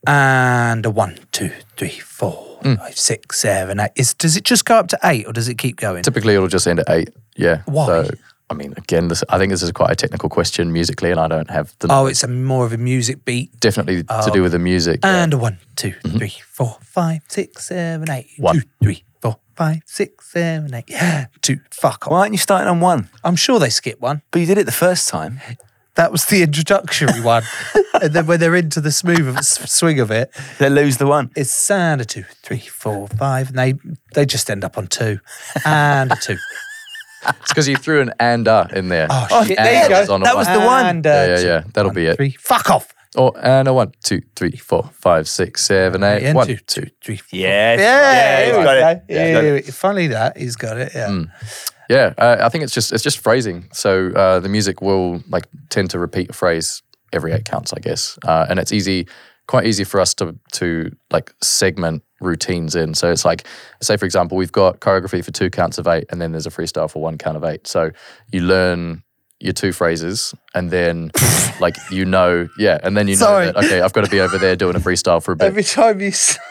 Speaker 5: And a one, two, three, four,
Speaker 6: Mm.
Speaker 5: five, six, seven, eight. Is does it just go up to eight, or does it keep going?
Speaker 6: Typically, it'll just end at eight. Yeah.
Speaker 5: Why?
Speaker 6: So, I mean, again, this I think this is quite a technical question musically, and I don't have the
Speaker 5: Oh, it's a more of a music beat.
Speaker 6: definitely to do with the music. yeah.
Speaker 5: Oh.
Speaker 6: Mm-hmm.
Speaker 5: And a one, two, three, four, five, six, seven, eight.
Speaker 6: One.
Speaker 5: Two, three, four, five, six, seven, eight. Yeah, two. Fuck
Speaker 4: Why
Speaker 5: off.
Speaker 4: aren't you starting on one?
Speaker 5: I'm sure they skip one.
Speaker 4: But you did it the first time.
Speaker 5: That was the introductory one. and then when they're into the smooth of, s- swing of it,
Speaker 4: They lose the one.
Speaker 5: it's and a two, three, four, five, and they they just end up on two and a two.
Speaker 6: It's because you threw an and uh in there.
Speaker 5: Oh, shit, there you
Speaker 6: And
Speaker 5: go.
Speaker 6: is on a
Speaker 4: That was
Speaker 6: one.
Speaker 4: the one.
Speaker 5: And, uh,
Speaker 6: Yeah, yeah,
Speaker 5: two.
Speaker 6: yeah. That'll
Speaker 5: One,
Speaker 6: be it.
Speaker 5: Three. Fuck off.
Speaker 6: Oh, and a one, two, three, four, five, six, seven, eight.
Speaker 5: And
Speaker 6: Uh, One,
Speaker 5: two,
Speaker 6: two,
Speaker 5: three,
Speaker 6: four.
Speaker 4: Yes.
Speaker 5: Yeah,
Speaker 6: he's
Speaker 5: there we
Speaker 6: got
Speaker 5: go.
Speaker 6: it. Yeah, he's got
Speaker 5: Yeah,
Speaker 6: it.
Speaker 5: Funny that he's got it. Yeah.
Speaker 6: Mm, Yeah, uh, I think it's just it's just phrasing. So uh, the music will like tend to repeat a phrase every eight counts, I guess, uh, and it's easy, quite easy for us to to like segment routines in. So it's like, say for example, we've got choreography for two counts of eight, and then there's a freestyle for one count of eight. So you learn your two phrases, and then like you know, yeah, and then you
Speaker 5: Sorry.
Speaker 6: know that okay, I've got to be over there doing a freestyle for a bit.
Speaker 5: Every time you s-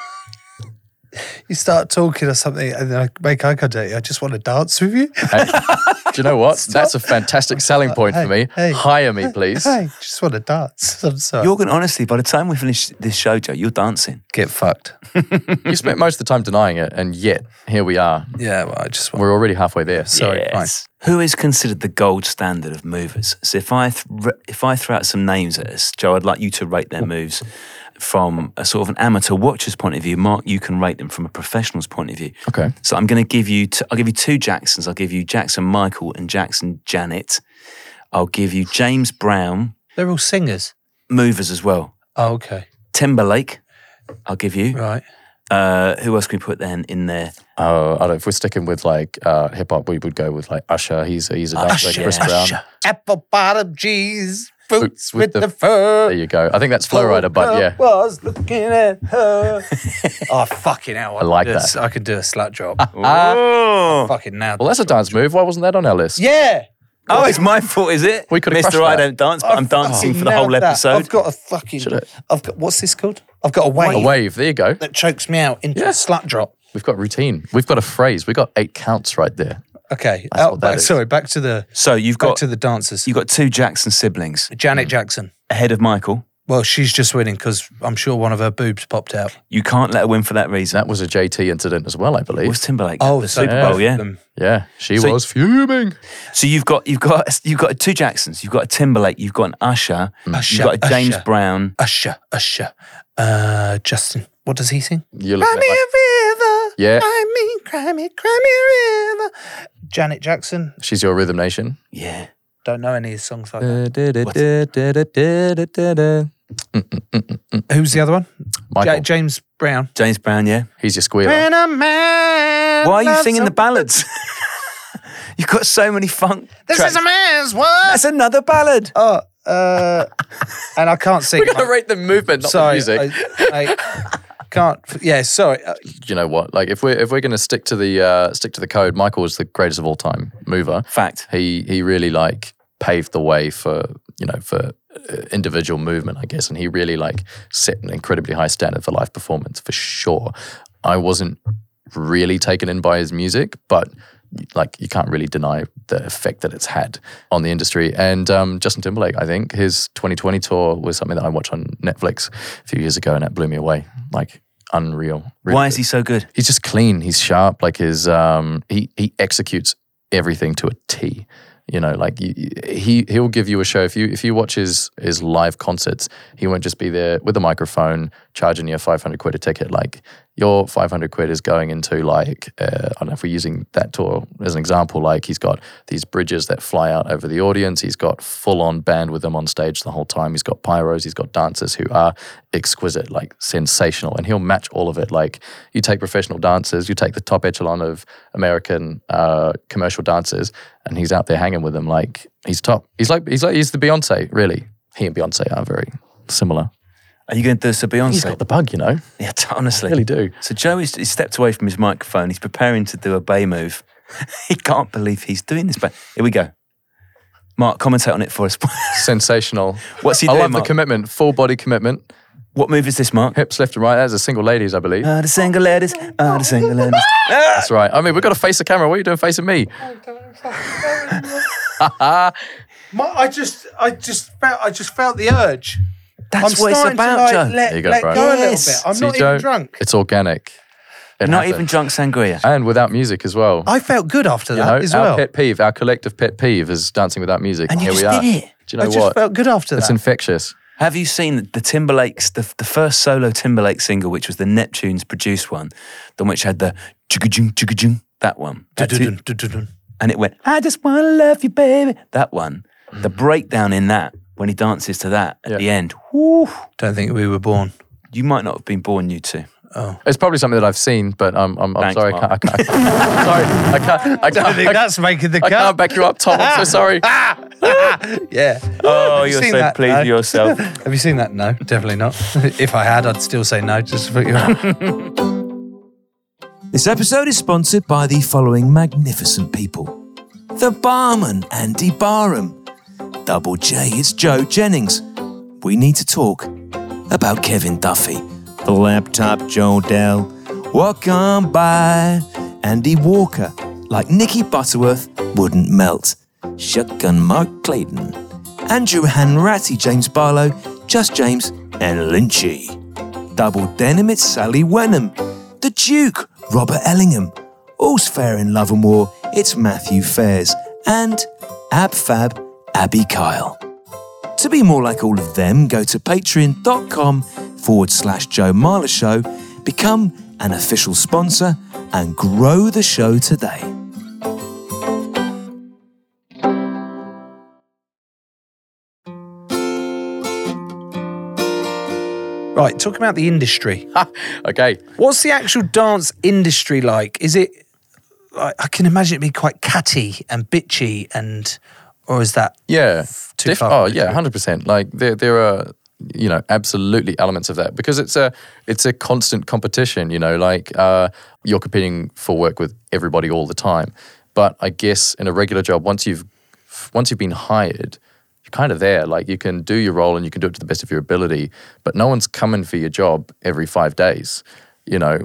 Speaker 5: you start talking or something, and then I make eye contact, I just want to dance with you.
Speaker 6: Hey, do you know what? That's a fantastic selling point for me.
Speaker 5: hey,
Speaker 6: Hire me, please.
Speaker 5: Hey, just want to dance. I'm sorry.
Speaker 4: You're going to, honestly, by the time we finish this show, Joe, you're dancing.
Speaker 5: Get fucked.
Speaker 6: you spent most of the time denying it, and yet here we are.
Speaker 5: Yeah, well, I just
Speaker 6: We're already halfway there.
Speaker 5: sorry. Fine.
Speaker 4: Who is considered the gold standard of movers? So if I th- if I throw out some names at us, Joe, I'd like you to rate their moves from a sort of an amateur watcher's point of view. Mark, you can rate them from a professional's point of view.
Speaker 6: Okay.
Speaker 4: So I'm going to give you, t- I'll give you two Jacksons. I'll give you Jackson Michael and Jackson Janet. I'll give you James Brown,
Speaker 5: They're all singers.
Speaker 4: movers as well.
Speaker 5: Oh, okay.
Speaker 4: Timberlake, I'll give you.
Speaker 5: Right.
Speaker 4: Uh, who else can we put then in there?
Speaker 6: Oh, I don't. If we're sticking with like uh, hip hop, we would go with like Usher. He's he's a dancer.
Speaker 4: Usher,
Speaker 6: Chris Brown.
Speaker 4: Usher.
Speaker 5: Apple bottom jeans, boots with,
Speaker 6: with
Speaker 5: the,
Speaker 6: the-
Speaker 5: fur.
Speaker 6: There you go. I think that's Flow Rider, but yeah.
Speaker 5: was looking at her. oh fucking hell! I,
Speaker 6: like
Speaker 5: could do a
Speaker 6: that.
Speaker 5: s- I could do a slut drop.
Speaker 4: Oh,
Speaker 5: fucking now.
Speaker 6: Well, that's a dance move. Why wasn't that on our list?
Speaker 5: yeah.
Speaker 4: oh, it's my fault, is it?
Speaker 6: We could've
Speaker 4: Mister,
Speaker 6: crushed
Speaker 4: I
Speaker 6: that.
Speaker 4: don't dance, but I'm
Speaker 5: I've
Speaker 4: dancing
Speaker 5: fucking
Speaker 4: for the whole
Speaker 5: Oh, nailed that.
Speaker 4: episode.
Speaker 5: I've got a fucking. I've got what's this called? I've got a wave
Speaker 6: A wave. There you go.
Speaker 5: that chokes me out into a
Speaker 6: Yeah.
Speaker 5: slut drop.
Speaker 6: We've got routine. We've got a phrase. We've got eight counts right there.
Speaker 5: Okay.
Speaker 6: That's
Speaker 5: out-
Speaker 6: what that
Speaker 5: back-
Speaker 6: is.
Speaker 5: sorry, back to the
Speaker 4: So you've
Speaker 5: back
Speaker 4: got
Speaker 5: to the dancers.
Speaker 4: you've got two Jackson siblings
Speaker 5: Janet Jackson.
Speaker 4: ahead of Michael.
Speaker 5: Well, she's just winning because I'm sure one of her boobs popped out.
Speaker 4: You can't let her win for that reason.
Speaker 6: That was a JT incident as well, I
Speaker 4: It was
Speaker 6: believe.
Speaker 4: Timberlake.
Speaker 5: Oh,
Speaker 4: the
Speaker 5: so
Speaker 4: Super
Speaker 6: both
Speaker 4: Bowl,
Speaker 6: of
Speaker 4: yeah.
Speaker 5: them.
Speaker 6: Yeah, she
Speaker 4: So-
Speaker 6: was fuming.
Speaker 4: So you've got you've got you've got two Jacksons. You've got a Timberlake. You've got an Usher.
Speaker 5: Usher,
Speaker 4: you've got a James
Speaker 5: Usher.
Speaker 4: Brown.
Speaker 5: Usher, Usher, uh, Justin. What does he sing?
Speaker 6: You're
Speaker 5: Cry
Speaker 6: looking
Speaker 5: me
Speaker 6: at like,
Speaker 5: a river.
Speaker 6: Yeah.
Speaker 5: I mean, cry me, cry me a river. Janet Jackson.
Speaker 6: she's your rhythm nation.
Speaker 4: Yeah.
Speaker 5: Don't know any of his songs like that.
Speaker 6: Michael,
Speaker 5: Who's the other one? Ja- James Brown.
Speaker 4: James Brown. Yeah.
Speaker 6: he's your squealer.
Speaker 5: When a man.
Speaker 4: Why are you
Speaker 5: loves
Speaker 4: singing
Speaker 5: a-
Speaker 4: the ballads? you've got so many funk.
Speaker 5: This
Speaker 4: tracks.
Speaker 5: is a man's world.
Speaker 4: That's another ballad.
Speaker 5: Oh, uh, and I can't sing.
Speaker 6: We're gonna
Speaker 5: I'm
Speaker 6: rate the movement, not
Speaker 5: sorry,
Speaker 6: the music.
Speaker 5: I, I can't. Yeah, sorry. Uh,
Speaker 6: you know what? Like if we're if we're going to stick to the uh, stick to the code, Michael is the greatest of all time mover.
Speaker 4: Fact.
Speaker 6: He he really like paved the way for you know for uh, individual movement, I guess, and he really like set an incredibly high standard for live performance for sure. I wasn't really taken in by his music, but like you can't really deny the effect that it's had on the industry. And um, Justin Timberlake, I think his 2020 tour was something that I watched on Netflix a few years ago, and that blew me away. Like unreal. Really
Speaker 4: Why
Speaker 6: good
Speaker 4: is he so good?
Speaker 6: he's just clean. He's sharp. Like his um, he he executes everything to a T. You know, like you, you- he he'll give you a show if you if you watch his his live concerts, he won't just be there with a microphone charging you five hundred quid a ticket. Like your five hundred quid is going into like uh, I don't know if we're using that tour as an example. Like he's got these bridges that fly out over the audience. He's got full on band with him on stage the whole time. He's got pyros. He's got dancers who are exquisite, like sensational, and he'll match all of it. Like you take professional dancers, you take the top echelon of American uh, commercial dancers, and he's out there hanging with them. Like he's top. He's like he's like he's the Beyonce. Really, he and Beyonce are very similar.
Speaker 4: Are you going to do so
Speaker 6: He's
Speaker 4: Beyonce?
Speaker 6: got the bug, you know.
Speaker 4: yeah, honestly.
Speaker 6: Really do.
Speaker 4: So Joe is he stepped away from his microphone. He's preparing to do a bay move. he can't believe he's doing this. But here we go. Mark, commentate on it for us.
Speaker 6: Sensational.
Speaker 4: What's he
Speaker 6: I
Speaker 4: doing,
Speaker 6: love the
Speaker 4: Mark?
Speaker 6: commitment, full body commitment,
Speaker 4: what move is this, Mark?
Speaker 6: hips left and right. That's a single ladies, I believe.
Speaker 4: Uh, the single ladies. Uh, the single ladies.
Speaker 6: That's right. I mean, we've got to face the camera. What are you doing facing me?
Speaker 5: my, I just, I just felt, I just felt the urge.
Speaker 4: That's
Speaker 5: I'm
Speaker 4: what it's
Speaker 5: starting
Speaker 4: about,
Speaker 5: to like,
Speaker 4: Joe.
Speaker 5: let,
Speaker 6: There you go,
Speaker 5: let go
Speaker 6: Brian.
Speaker 5: a little
Speaker 4: Yes.
Speaker 5: bit. I'm
Speaker 6: See,
Speaker 5: not
Speaker 6: Joe,
Speaker 5: even drunk.
Speaker 6: It's organic. It
Speaker 4: Not
Speaker 6: happened.
Speaker 4: even drunk sangria.
Speaker 5: Uh,
Speaker 6: And without music as well.
Speaker 5: I felt good after
Speaker 6: You
Speaker 5: that
Speaker 6: know,
Speaker 5: as
Speaker 6: our
Speaker 5: well.
Speaker 6: pet peeve, our collective pet peeve is dancing without music.
Speaker 4: And you
Speaker 6: Here we
Speaker 4: just
Speaker 6: are.
Speaker 4: did it.
Speaker 6: Do you know
Speaker 5: I just
Speaker 6: what?
Speaker 5: felt good after
Speaker 6: it's
Speaker 5: that.
Speaker 6: infectious.
Speaker 4: Have you seen the Timberlake's, the, the first solo Timberlake single, which was the Neptunes produced one, the one which had the chugga-jung, chugga-jung, that one. That two-
Speaker 5: Dun-dun-dun, dun-dun-dun. Mm-hmm.
Speaker 4: and it went, I just want to love you, baby. That one. The breakdown in that when he dances to that at the end.
Speaker 5: Don't think we were born.
Speaker 4: You might not have been born, you two.
Speaker 5: Oh.
Speaker 6: It's probably something that I've seen, but um, I'm, I'm
Speaker 4: Thanks,
Speaker 6: sorry. I can't, I
Speaker 4: Mark.
Speaker 6: can't, sorry, I can't. I
Speaker 5: don't
Speaker 6: can't-
Speaker 5: think
Speaker 6: I-
Speaker 5: that's making the
Speaker 6: I can't
Speaker 5: cut.
Speaker 6: back you up, Tom. I'm so sorry.
Speaker 5: Yeah.
Speaker 4: Oh,
Speaker 5: Have you
Speaker 4: you're
Speaker 5: seen
Speaker 4: so
Speaker 5: that?
Speaker 4: pleased
Speaker 5: No.
Speaker 4: with yourself.
Speaker 5: Have you seen that? No, definitely not. if I had, I'd still say no. Just for you.
Speaker 7: This episode is sponsored by the following magnificent people The Barman, Andy Barham. Double J, it's Joe Jennings. We need to talk about Kevin Duffy, The Laptop Joe Dell. Walk on by Andy Walker, like Nicky Butterworth wouldn't melt. Shotgun Mark Clayton. Andrew Hanratty, James Barlow, Just James, and Lynchy. Double Denim, it's Sally Wenham. The Duke, Robert Ellingham. All's Fair in Love and War, it's Matthew Fairs. And Ab Fab, Abby Kyle. To be more like all of them, go to patreon.com forward slash Joe Marler Show, become an official sponsor, and grow the show today.
Speaker 5: Right, talking about the industry.
Speaker 6: okay.
Speaker 5: What's the actual dance industry like? Is it? I I can imagine it be quite catty and bitchy, and or is that?
Speaker 6: Yeah.
Speaker 5: too
Speaker 6: Def-
Speaker 5: far
Speaker 6: Oh
Speaker 5: from the
Speaker 6: yeah,
Speaker 5: truth.
Speaker 6: hundred percent. Like there, there are you know absolutely elements of that because it's a it's a constant competition. You know, like uh, you're competing for work with everybody all the time. But I guess in a regular job, once you've once you've been hired, you're kind of there. Like you can do your role and you can do it to the best of your ability. But no one's coming for your job every five days. You know,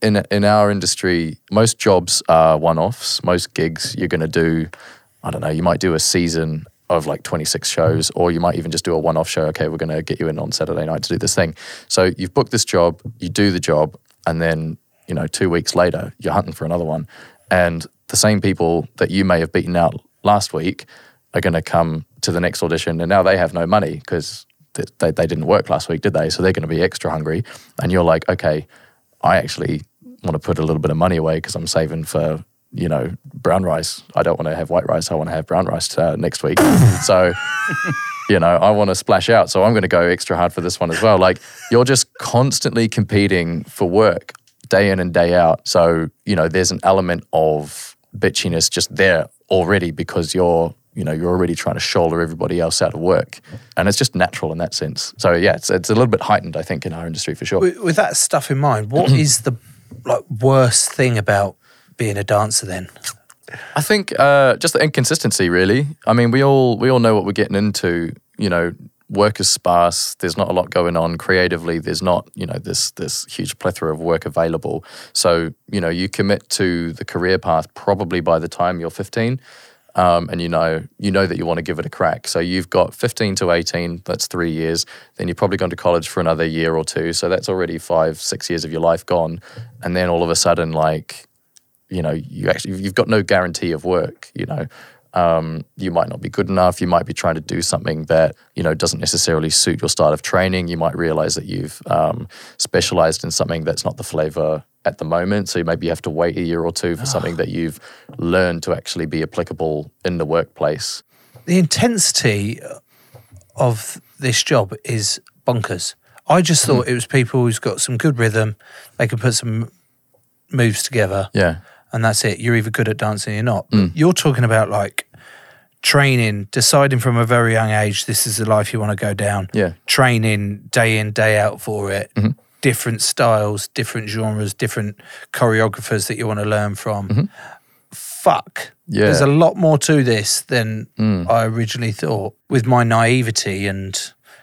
Speaker 6: in in our industry, most jobs are one-offs. Most gigs you're going to do, I don't know, you might do a season of like 26 shows, or you might even just do a one-off show. Okay, we're going to get you in on Saturday night to do this thing. So you've booked this job, you do the job, and then you know two weeks later you're hunting for another one, and the same people that you may have beaten out last week are going to come to the next audition, and now they have no money because. They, they didn't work last week, did they? So they're going to be extra hungry. And you're like, okay, I actually want to put a little bit of money away because I'm saving for you know brown rice. I don't want to have white rice. I want to have brown rice uh, next week. so you know I want to splash out. So I'm going to go extra hard for this one as well. Like you're just constantly competing for work day in and day out. So you know there's an element of bitchiness just there already because you're you know you're already trying to shoulder everybody else out of work and it's just natural in that sense so yeah it's, it's a little bit heightened i think in our industry for sure
Speaker 5: With, with that stuff in mind, what is the like worst thing about being a dancer? Then
Speaker 6: I think uh, just the inconsistency, really. I mean, we all we all know what we're getting into. You know, work is sparse. There's not a lot going on creatively. There's not you know this this huge plethora of work available. So you know, you commit to the career path probably by the time you're 15 um, and you know you know that you want to give it a crack. So you've got 15 to 18, that's three years. Then you've probably gone to college for another year or two, so that's already five, six years of your life gone. And then all of a sudden, like you know, you actually you've got no guarantee of work. You know, um, you might not be good enough. You might be trying to do something that you know doesn't necessarily suit your style of training. You might realize that you've um, specialized in something that's not the flavor at the moment. So maybe you have to wait a year or two for something that you've learned to actually be applicable in the workplace.
Speaker 5: the intensity of this job is bonkers. I just thought it was people who's got some good rhythm, they can put some moves together,
Speaker 6: Yeah,
Speaker 5: and that's it. You're either good at dancing or you're not.
Speaker 6: Mm.
Speaker 5: You're talking about like training, deciding from a very young age this is the life you want to go down.
Speaker 6: Yeah. Mm-hmm.
Speaker 5: Training day in, day out for it. Different styles, different genres, different choreographers that you want to learn from. Fuck.
Speaker 6: Mm-hmm. Yeah.
Speaker 5: There's a lot more to this than
Speaker 6: Hmm.
Speaker 5: I originally thought. With my naivety and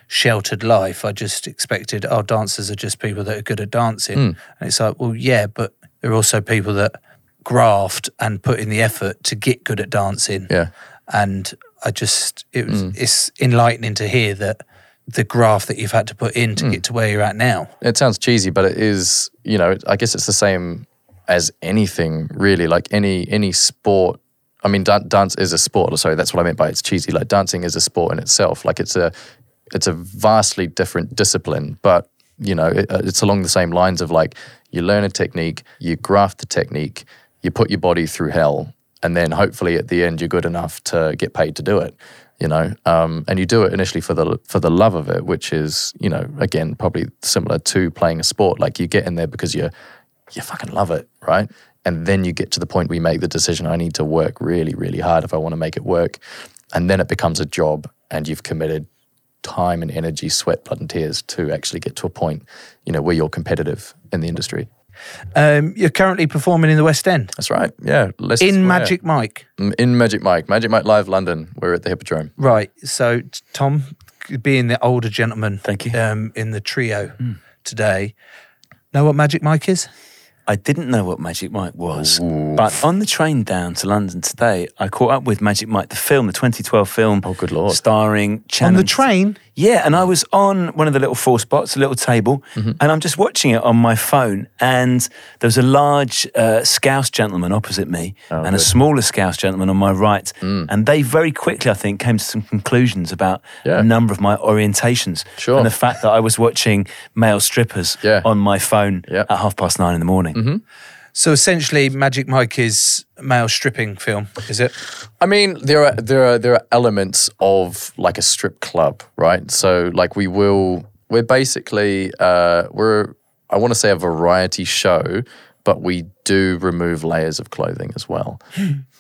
Speaker 5: sheltered life, I just expected, oh, dancers are just people that are good at dancing.
Speaker 6: Hmm.
Speaker 5: And it's like, well, yeah, but there are also people that graft and put in the effort to get good at dancing.
Speaker 6: yeah, Hmm.
Speaker 5: And I just, it was, it's enlightening to hear that the graft that you've had to put in to
Speaker 6: Hmm.
Speaker 5: get to where you're at now.
Speaker 6: it sounds cheesy, but it is. You know, I guess it's the same as anything really. Like any any sport. I mean, dan- dance is a sport. Sorry, that's what I meant by it's cheesy. Like dancing is a sport in itself. Like it's a it's a vastly different discipline, but you know, it, uh, it's along the same lines of like you learn a technique, you graft the technique, you put your body through hell, and then hopefully at the end you're good enough to get paid to do it. you know um, and you do it initially for the for the love of it which is you know again probably similar to playing a sport like you get in there because you you fucking love it right and then you get to the point where you make the decision i need to work really really hard if i want to make it work and then it becomes a job and you've committed time and energy sweat blood and tears to actually get to a point you know where you're competitive in the industry
Speaker 5: Um, you're currently performing in the West End.
Speaker 6: that's right yeah Leicester
Speaker 5: in
Speaker 6: Square.
Speaker 5: Magic Mike.
Speaker 6: Mm, in magic mike magic mike live london we're at the hippodrome
Speaker 5: Right. So, t- Tom, being the older gentleman, thank you, um, in the trio
Speaker 6: Hmm.
Speaker 5: today, know what Magic Mike is?
Speaker 4: I didn't know what Magic Mike was, but on the train down to London today, I caught up with Magic Mike, the film, the 2012 film. Oh, good lord! Starring Channing.
Speaker 5: On the train.
Speaker 4: Yeah, and I was on one of the little four spots, a little table, and I'm just watching it on my phone. And there was a large uh, Scouse gentleman opposite me and a
Speaker 6: good.
Speaker 4: smaller Scouse gentleman on my right. And they very quickly, I think, came to some conclusions about a number of my orientations. Sure. And the fact that I was watching male strippers on my phone at half past nine in the morning.
Speaker 5: So, essentially, Magic Mike is a male stripping film, is it?
Speaker 6: I mean, there are there are there are elements of like a strip club, right? So like we will we're basically uh we're I want to say a variety show, but we do remove layers of clothing as well.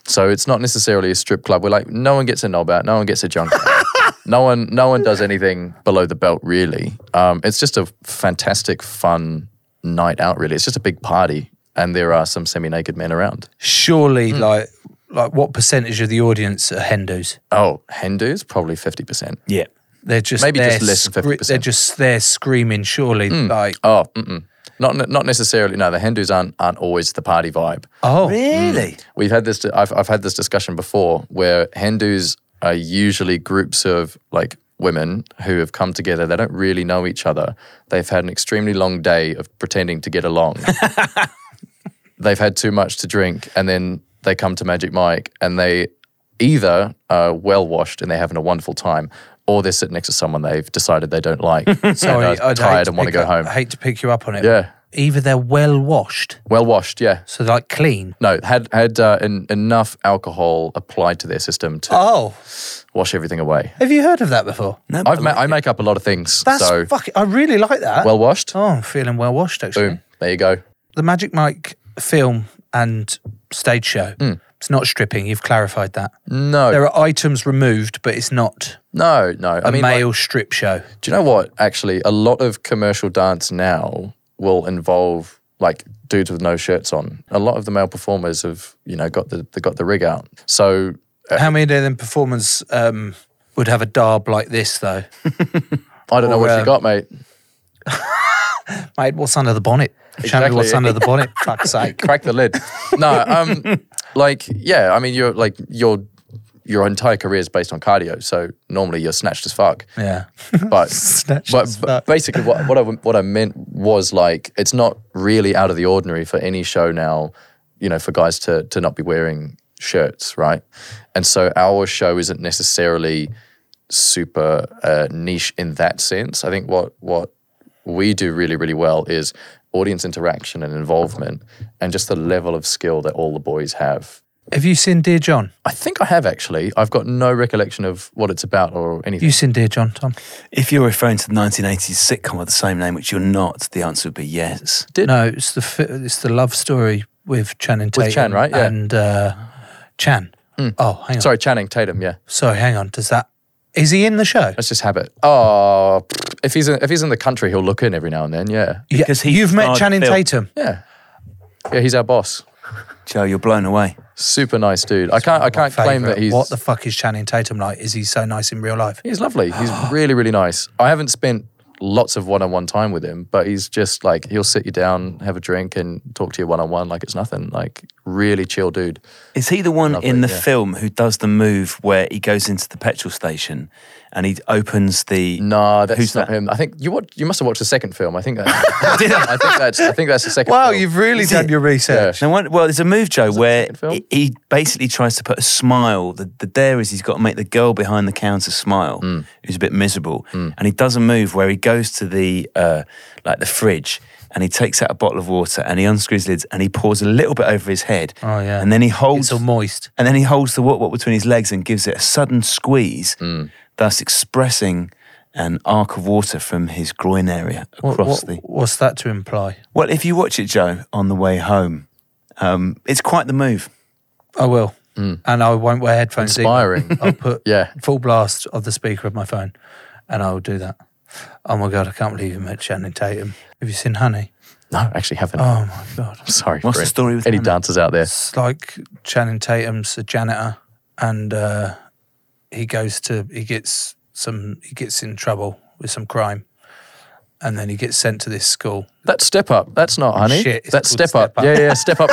Speaker 6: so it's not necessarily a strip club. We're like no one gets a knob out, no one gets a junk out. No one, no one does anything below the belt, really. Um, it's just a fantastic, fun night out. Really, it's just a big party, and there are some semi-naked men around.
Speaker 5: Surely, like, like what percentage of the audience are Hindus?
Speaker 6: Oh, Hindus probably fifty percent.
Speaker 4: Yeah.
Speaker 5: They're just
Speaker 6: Maybe
Speaker 5: there
Speaker 6: just less than
Speaker 5: scre-
Speaker 6: 50%.
Speaker 5: They're just there screaming. Surely,
Speaker 6: Mm.
Speaker 5: like
Speaker 6: oh, mm-mm. not not necessarily. No, the Hindus aren't aren't always the party vibe.
Speaker 5: oh,
Speaker 4: Really?
Speaker 6: We've had this. I've I've had this discussion before where Hindus are usually groups of like women who have come together. They don't really know each other. They've had an extremely long day of pretending to get along. They've had too much to drink, and then they come to Magic Mike, and they either are well washed and they're having a wonderful time. Or they're sitting next to someone they've decided they don't like. and
Speaker 5: Sorry,
Speaker 6: are
Speaker 5: I'd hate
Speaker 6: tired and want to
Speaker 5: pick
Speaker 6: go
Speaker 5: up-
Speaker 6: home.
Speaker 5: I hate to pick you up on it.
Speaker 6: Yeah.
Speaker 5: Either they're well washed,
Speaker 6: Well washed, yeah.
Speaker 5: so like clean.
Speaker 6: No, had had uh, en- enough alcohol applied to their system to
Speaker 5: Oh,
Speaker 6: wash everything away.
Speaker 5: have you heard of that before?
Speaker 4: No,
Speaker 6: I've ma- I make up a lot of things,
Speaker 5: That's
Speaker 6: so
Speaker 5: fucking. I really like that.
Speaker 6: well washed.
Speaker 5: oh, I'm feeling well washed actually.
Speaker 6: Boom, there you go.
Speaker 5: The Magic Mike film and stage show. It's not stripping. You've clarified that.
Speaker 6: Hmm. No,
Speaker 5: There are items removed, but it's not
Speaker 6: no, no.
Speaker 5: a
Speaker 6: I mean, like,
Speaker 5: male strip show.
Speaker 6: do you know what? Actually, a lot of commercial dance now will involve like dudes with no shirts on. A lot of the male performers have you know got the they got the rig out. So
Speaker 5: How many of them performers um, would have a darb like this though?
Speaker 6: I don't know
Speaker 5: Or,
Speaker 6: what
Speaker 5: uh,
Speaker 6: you got, mate.
Speaker 5: Mate, what's under the bonnet? Show me
Speaker 6: Exactly.
Speaker 5: what's under the bonnet. Fuck's sake.
Speaker 6: crack the lid. No, um, like yeah, I mean you're like your your entire career is based on cardio, so normally you're snatched as fuck.
Speaker 5: Yeah.
Speaker 6: But
Speaker 5: Snatched
Speaker 6: but,
Speaker 5: as
Speaker 6: but
Speaker 5: fuck.
Speaker 6: basically what what I what I meant was like it's not really out of the ordinary for any show now, you know, for guys to to not be wearing shirts, right? And so our show isn't necessarily super uh, niche in that sense. I think what what we do really really well is audience interaction and involvement, and just the level of skill that all the boys have.
Speaker 5: Have you seen Dear John?
Speaker 6: I think I have actually. I've got no recollection of what it's about or anything.
Speaker 5: You seen Dear John, Tom?
Speaker 4: If you're referring to the 1980s sitcom of the same name, which you're not, the answer would be yes.
Speaker 5: No, it's the fi- it's the love story with Channing Tatum.
Speaker 6: Chan, right? Yeah. Hmm.
Speaker 5: And uh, Chan. Oh, hang on.
Speaker 6: Sorry, Channing Tatum. Yeah,
Speaker 5: Sorry, hang on. Does that is he in the show?
Speaker 6: that's just habit. Oh, pfft, if he's in, if he's in the country, he'll look in every now and then. Yeah,
Speaker 4: Because he
Speaker 5: you've met
Speaker 4: starred
Speaker 5: Channing
Speaker 4: Phil.
Speaker 5: Tatum.
Speaker 6: yeah, yeah. He's our boss.
Speaker 4: Joe, you're blown away.
Speaker 6: Super nice dude. I can't I can't claim that
Speaker 5: Oh, Favourite.
Speaker 6: he's
Speaker 5: What the fuck is Channing Tatum like? Is he so nice in real life?
Speaker 6: He's lovely. He's really, really nice. I haven't spent lots of one on one time with him, but he's just like, he'll sit you down, have a drink, and talk to you one on one like it's nothing. Like, really chill dude.
Speaker 4: Is he the one
Speaker 6: Lovely,
Speaker 4: in the
Speaker 6: yeah.
Speaker 4: film who does the move where he goes into the petrol station and he opens the?
Speaker 6: No, that's
Speaker 4: Who's
Speaker 6: not
Speaker 4: that?
Speaker 6: him. I think you watch, you must have watched the second film. I think that, I? think that's I think that's the second film.
Speaker 5: really done your research.
Speaker 4: No one, well, there's a move, Joe, where
Speaker 6: second film?
Speaker 4: he- he basically tries to put a smile. The, the dare is he's got to make the girl behind the counter smile,
Speaker 6: Mm.
Speaker 4: who's a bit miserable, and he does a move where he goes to the uh, like the fridge and he takes out a bottle of water and he unscrews lids and he pours a little bit over his head.
Speaker 5: Oh, yeah.
Speaker 4: And then he holds
Speaker 5: It's all moist.
Speaker 4: And then he holds the what between his legs and gives it a sudden squeeze,
Speaker 6: Hmm.
Speaker 4: thus expressing an arc of water from his groin area
Speaker 5: What,
Speaker 4: across
Speaker 5: what,
Speaker 4: the
Speaker 5: what's that to imply?
Speaker 4: well, if you watch it, Joe, on the way home, um, it's quite the move.
Speaker 5: I will. And I won't wear headphones. either.
Speaker 6: Hmm. Inspiring.
Speaker 5: I'll put
Speaker 6: Yeah.
Speaker 5: full blast of the speaker of my phone and I will do that. Oh my God, I can't believe you met Shannon Tatum. Have you seen Honey?
Speaker 6: No, I actually haven't.
Speaker 5: Oh my God.
Speaker 6: I'm sorry.
Speaker 4: What's
Speaker 6: for
Speaker 4: the
Speaker 6: it.
Speaker 4: story with
Speaker 6: any
Speaker 4: Hannah?
Speaker 6: dancers out there?
Speaker 5: It's like Channing Tatum's a janitor, and uh, he goes to he gets some he gets in trouble with some crime, and then he gets sent to this school.
Speaker 6: That's step up. That's not honey.
Speaker 5: Oh, shit, it's
Speaker 6: That's
Speaker 5: called
Speaker 6: step, up.
Speaker 5: Step Up.
Speaker 6: Yeah, yeah, step up.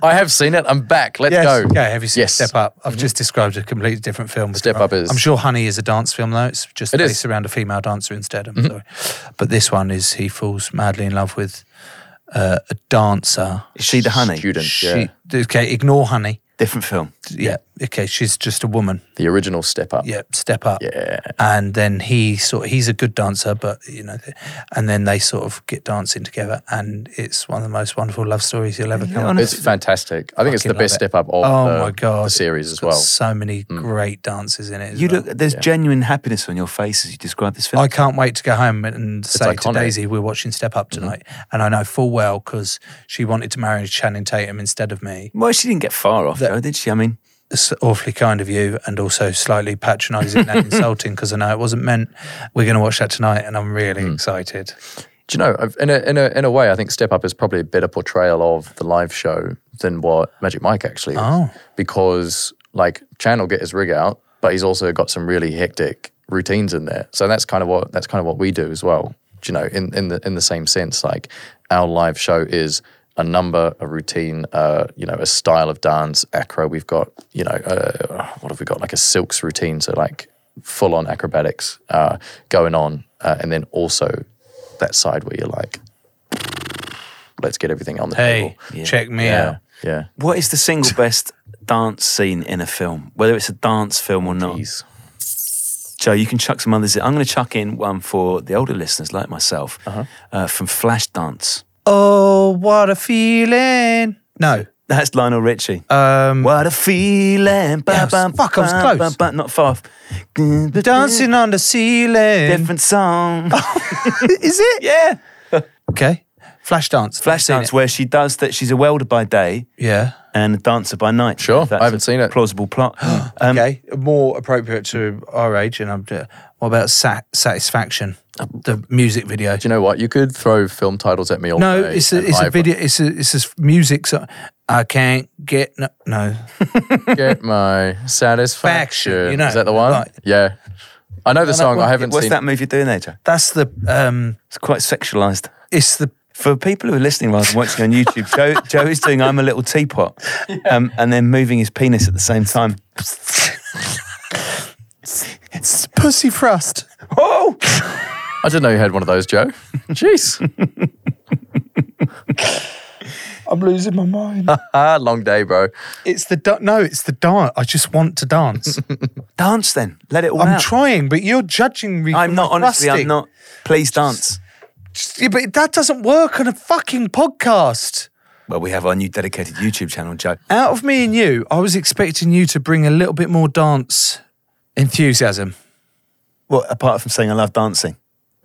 Speaker 6: I have seen it. I'm back. Let's go.
Speaker 5: Yeah, have you seen
Speaker 6: Yes. Mm-hmm.
Speaker 5: Step Up? I've just described a completely different film.
Speaker 6: Step Up is-
Speaker 5: I'm sure Honey is a dance film though. It's just
Speaker 6: It is. Mm-hmm.
Speaker 5: based around a female dancer instead. I'm sorry, but this one is he falls madly in love with uh, a dancer.
Speaker 4: Is she the honey?
Speaker 6: Student. yeah.
Speaker 5: She, okay, ignore Honey.
Speaker 4: Different film.
Speaker 5: Yeah, okay, she's just a woman.
Speaker 6: The original step up.
Speaker 5: Yeah, Step Up.
Speaker 6: Yeah.
Speaker 5: and then he sort he's a good dancer, but you know, th- and then they sort of get dancing together, and it's one of the most wonderful love stories you'll ever come.
Speaker 6: It's fantastic. I think it's the
Speaker 5: Fucking love
Speaker 6: best
Speaker 5: it.
Speaker 6: step up of
Speaker 5: oh
Speaker 6: the,
Speaker 5: my god,
Speaker 6: the series
Speaker 5: It's
Speaker 6: as
Speaker 5: got
Speaker 6: well. Mm.
Speaker 5: So many great dances in it. as
Speaker 4: You
Speaker 5: well.
Speaker 4: look. There's genuine happiness on your face as you describe this film.
Speaker 5: I can't wait to go home and- and say to
Speaker 6: iconic. Mm-hmm.
Speaker 5: Daisy, we're watching Step Up tonight. And I know full well because she wanted to marry Channing Tatum instead of me.
Speaker 4: well, she didn't get far off, though, did she? I mean,
Speaker 5: It's awfully kind of you and also slightly patronising and insulting because I know it wasn't meant. We're going to watch that tonight and I'm really
Speaker 6: Mm.
Speaker 5: excited.
Speaker 6: Do you know, I've- in a, in, a, in a way, I think Step Up is probably a better portrayal of the live show than what Magic Mike actually is.
Speaker 5: Oh.
Speaker 6: Because, like, Chan will get his rig out, but he's also got some really hectic routines in there. So that's kind of what that's kind of what we do as well. Do you know, in, in the in the same sense, like our live show is a number, a routine, uh, you know, a style of dance, acro. We've got, you know, uh, what have we got? Like a silks routine, so like full on acrobatics uh, going on, uh, and then also that side where you're like, let's get everything on the
Speaker 5: Hey,
Speaker 6: table.
Speaker 5: check me out.
Speaker 6: Yeah.
Speaker 4: what is the single best dance scene in a film, whether it's a dance film or not?
Speaker 6: Jeez.
Speaker 4: Joe, you can chuck some others. in. I'm going to chuck in one for the older listeners like myself
Speaker 5: Uh-huh.
Speaker 4: uh, from Flashdance.
Speaker 5: Oh, what a feeling. No.
Speaker 4: That's Lionel Richie.
Speaker 5: Um,
Speaker 4: what a feeling! Ba,
Speaker 5: Yeah, I was-
Speaker 4: ba,
Speaker 5: fuck, I was
Speaker 4: ba,
Speaker 5: close.
Speaker 4: ba, ba, not far off.
Speaker 5: dancing on the ceiling.
Speaker 4: Different song.
Speaker 5: Is it?
Speaker 4: yeah.
Speaker 5: Okay. Flash dance. Seen
Speaker 4: Flashdance,
Speaker 5: it.
Speaker 4: where she does that. She's a welder by day
Speaker 5: Yeah.
Speaker 4: and a dancer by night.
Speaker 6: Sure,
Speaker 4: That's
Speaker 6: I haven't
Speaker 4: a
Speaker 6: seen it.
Speaker 4: Plausible plot. Um,
Speaker 5: okay. More appropriate to our age. And I'm. d- What about sat- satisfaction? The music video.
Speaker 6: Do you know what? You could throw film titles at me all
Speaker 5: No,
Speaker 6: day.
Speaker 5: it's a,
Speaker 6: and
Speaker 5: it's
Speaker 6: I
Speaker 5: a
Speaker 6: would
Speaker 5: video. It's a it's a music. So I can't get no. no.
Speaker 6: Get my satisfaction.
Speaker 5: Faction, you know,
Speaker 6: Is that the one?
Speaker 5: like-
Speaker 6: yeah. I know the song. I haven't
Speaker 4: What's
Speaker 6: seen
Speaker 4: that movie you're doing there, Joe?
Speaker 5: That's the um.
Speaker 4: It's quite sexualized.
Speaker 5: It's the
Speaker 4: For people who are listening rather than watching on YouTube, Joe, Joe is doing I'm a Little Teapot um, and then moving his penis at the same time.
Speaker 5: it's pussy thrust.
Speaker 4: Oh!
Speaker 6: I didn't know you had one of those, Joe. Jeez.
Speaker 5: I'm losing my mind.
Speaker 6: Ah, long day, bro.
Speaker 5: it's the da- no. It's the dance. I just want to dance.
Speaker 4: Dance then. Let it all
Speaker 5: I'm
Speaker 4: out.
Speaker 5: trying, but you're judging me.
Speaker 4: I'm
Speaker 5: for
Speaker 4: not,
Speaker 5: my
Speaker 4: honestly, I'm
Speaker 5: thrusting.
Speaker 4: not. Please dance.
Speaker 5: Just- yeah, but that doesn't work on a fucking podcast.
Speaker 4: Well, we have our new dedicated YouTube channel, Joe.
Speaker 5: Out of me and you, I was expecting you to bring a little bit more dance enthusiasm.
Speaker 4: Well, apart from saying I love dancing,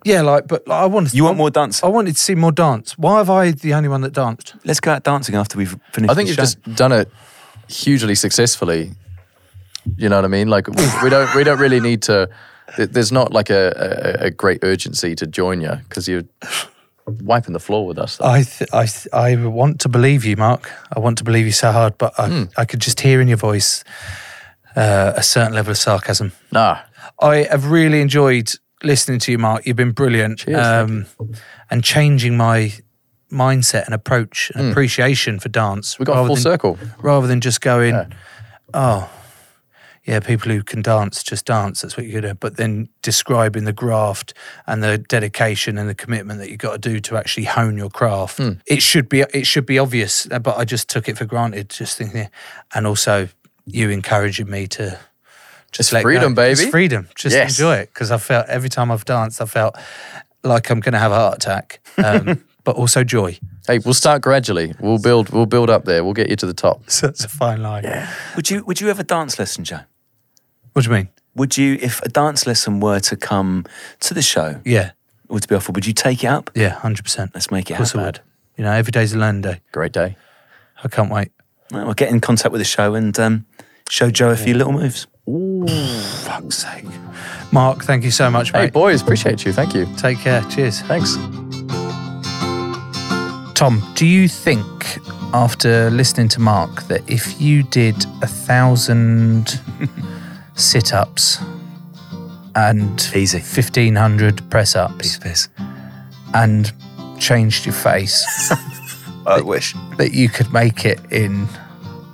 Speaker 5: Yeah, like, but like, I wanted.
Speaker 4: you want more dance?
Speaker 5: I wanted to see more dance. Why have I the only one that danced?
Speaker 4: Let's go out dancing after we've finished.
Speaker 6: I think
Speaker 4: the
Speaker 6: you've
Speaker 4: show.
Speaker 6: just done it hugely successfully. You know what I mean? Like we, we don't we don't really need to. th- There's not like a, a, a great urgency to join you because you're wiping the floor with us.
Speaker 5: I, th- I, th- I want to believe you, Mark. I want to believe you so hard, but I, I could just hear in your voice uh, a certain level of sarcasm.
Speaker 6: nah,
Speaker 5: I have really enjoyed listening to you, Mark. You've been brilliant. um, and changing my mindset and approach and appreciation for dance.
Speaker 6: we Hmm. got
Speaker 5: rather
Speaker 6: full
Speaker 5: than-
Speaker 6: circle.
Speaker 5: Rather than just going, oh, yeah, people who can dance just dance. That's what you're going to. But then describing the graft and the dedication and the commitment that you've got to do to actually hone your craft.
Speaker 6: Hmm.
Speaker 5: It should be it should be obvious, uh, but I just took it for granted. Just thinking, yeah. and also you encouraging me to just let go.
Speaker 6: freedom, baby.
Speaker 5: It's freedom. Just
Speaker 6: Yes.
Speaker 5: enjoy it because I felt every time I've danced, I felt like I'm going to have a heart attack. Um, but also joy.
Speaker 6: Hey, we'll start gradually. We'll build. We'll build up there. We'll get you to the top.
Speaker 5: So it's a fine line.
Speaker 4: Would you would you have a dance lesson, Joe?
Speaker 5: What do you mean?
Speaker 4: Would you, if a dance lesson were to come to the show,
Speaker 5: Yeah.
Speaker 4: or to be offered, would you take it up?
Speaker 5: Yeah, 100%.
Speaker 4: Let's make it
Speaker 5: Of course I
Speaker 4: happen.
Speaker 5: would. You know, every day's a learning day.
Speaker 6: Great day.
Speaker 5: I can't wait.
Speaker 4: Right, well, get in contact with the show and um, show Joe a few little moves.
Speaker 5: Fuck's sake. Mark, thank you so much,
Speaker 6: Hey,
Speaker 5: mate.
Speaker 6: boys, appreciate you. Thank you.
Speaker 5: Take care. Cheers.
Speaker 6: Thanks.
Speaker 5: Tom, do you think, after listening to Mark, that if you did a thousand sit ups and
Speaker 4: Easy.
Speaker 5: 1500 press ups
Speaker 4: Piss.
Speaker 5: and changed your face,
Speaker 4: I wish.
Speaker 5: that you could make it in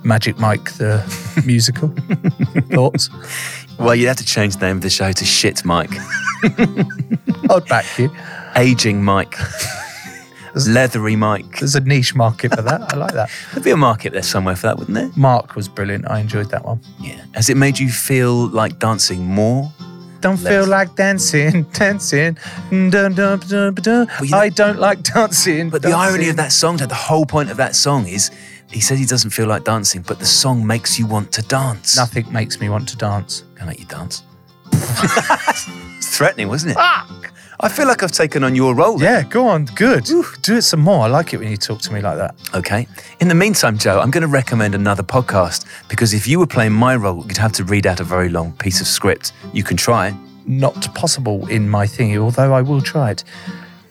Speaker 5: Magic Mike the musical? Thoughts?
Speaker 4: Well, you'd have to change the name of the show to Shit Mike.
Speaker 5: I'd back you.
Speaker 4: Aging Mike. Leathery Mike.
Speaker 5: There's a niche market for that. I like that.
Speaker 4: There'd be a market there somewhere for that, wouldn't there?
Speaker 5: Mark was brilliant. I enjoyed that one.
Speaker 4: Yeah. Has it made you feel like dancing more?
Speaker 5: Don't feel like dancing, dancing. Mm, Dun, dun, dun, dun, dun.
Speaker 4: Well, you know-
Speaker 5: I don't like dancing.
Speaker 4: But the irony of that song, like the whole point of that song is he says he doesn't feel like dancing, but the song makes you want to dance.
Speaker 5: Nothing makes me want to dance.
Speaker 4: Can I make you dance? it's threatening, wasn't it? I feel like I've taken on your role.
Speaker 5: Yeah, go on. Good. Do it some more. I like it when you talk to me like that.
Speaker 4: Okay. In the meantime, Joe, I'm going to recommend another podcast because if you were playing my role, you'd have to read out a very long piece of script. You can try.
Speaker 5: Not possible in my thingy, although I will try it.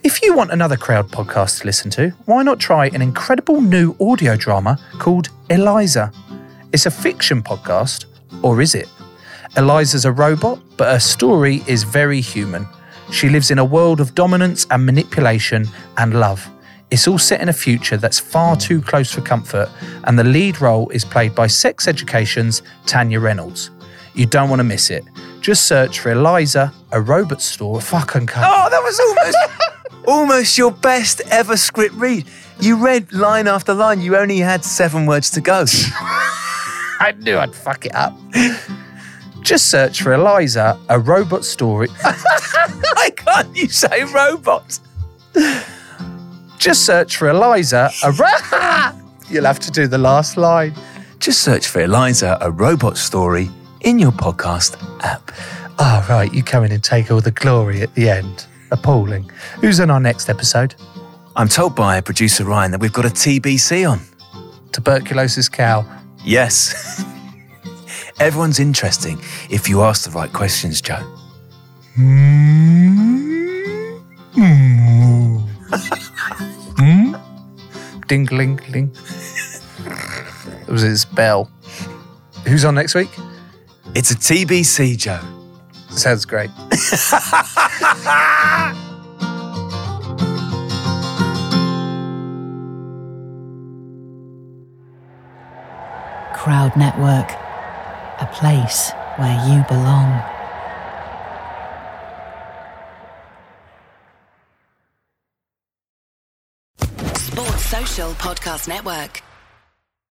Speaker 5: If you want another crowd podcast to listen to, why not try an incredible new audio drama called Eliza? It's a fiction podcast, or is it? Eliza's a robot, but her story is very human. She lives in a world of dominance and manipulation and love. It's all set in a future that's far too close for comfort, and the lead role is played by Sex Education's Tanya Reynolds. You don't want to miss it. Just search for Eliza, a robot store. Fucking cunt.
Speaker 4: Oh, that was almost almost your best ever script read. You read line after line. You only had seven words to go.
Speaker 5: I knew I'd fuck it up. Just search for Eliza, a robot story.
Speaker 4: Why can't you say robot?
Speaker 5: Just search for Eliza, a ro- You'll have to do the last line.
Speaker 4: Just search for Eliza, a robot story, in your podcast app.
Speaker 5: Ah, right, you come in and take all the glory at the end. Appalling. Who's on our next episode?
Speaker 4: I'm told by producer Ryan that we've got a TBC on.
Speaker 5: Tuberculosis cow.
Speaker 4: Yes. Everyone's interesting if you ask the right questions, Joe.
Speaker 5: Ding, ling, ling. it was his bell. Who's on next week?
Speaker 4: It's a TBC, Joe.
Speaker 5: Sounds great.
Speaker 8: Crowd Network, a place where you belong.
Speaker 9: Sports Social Podcast Network.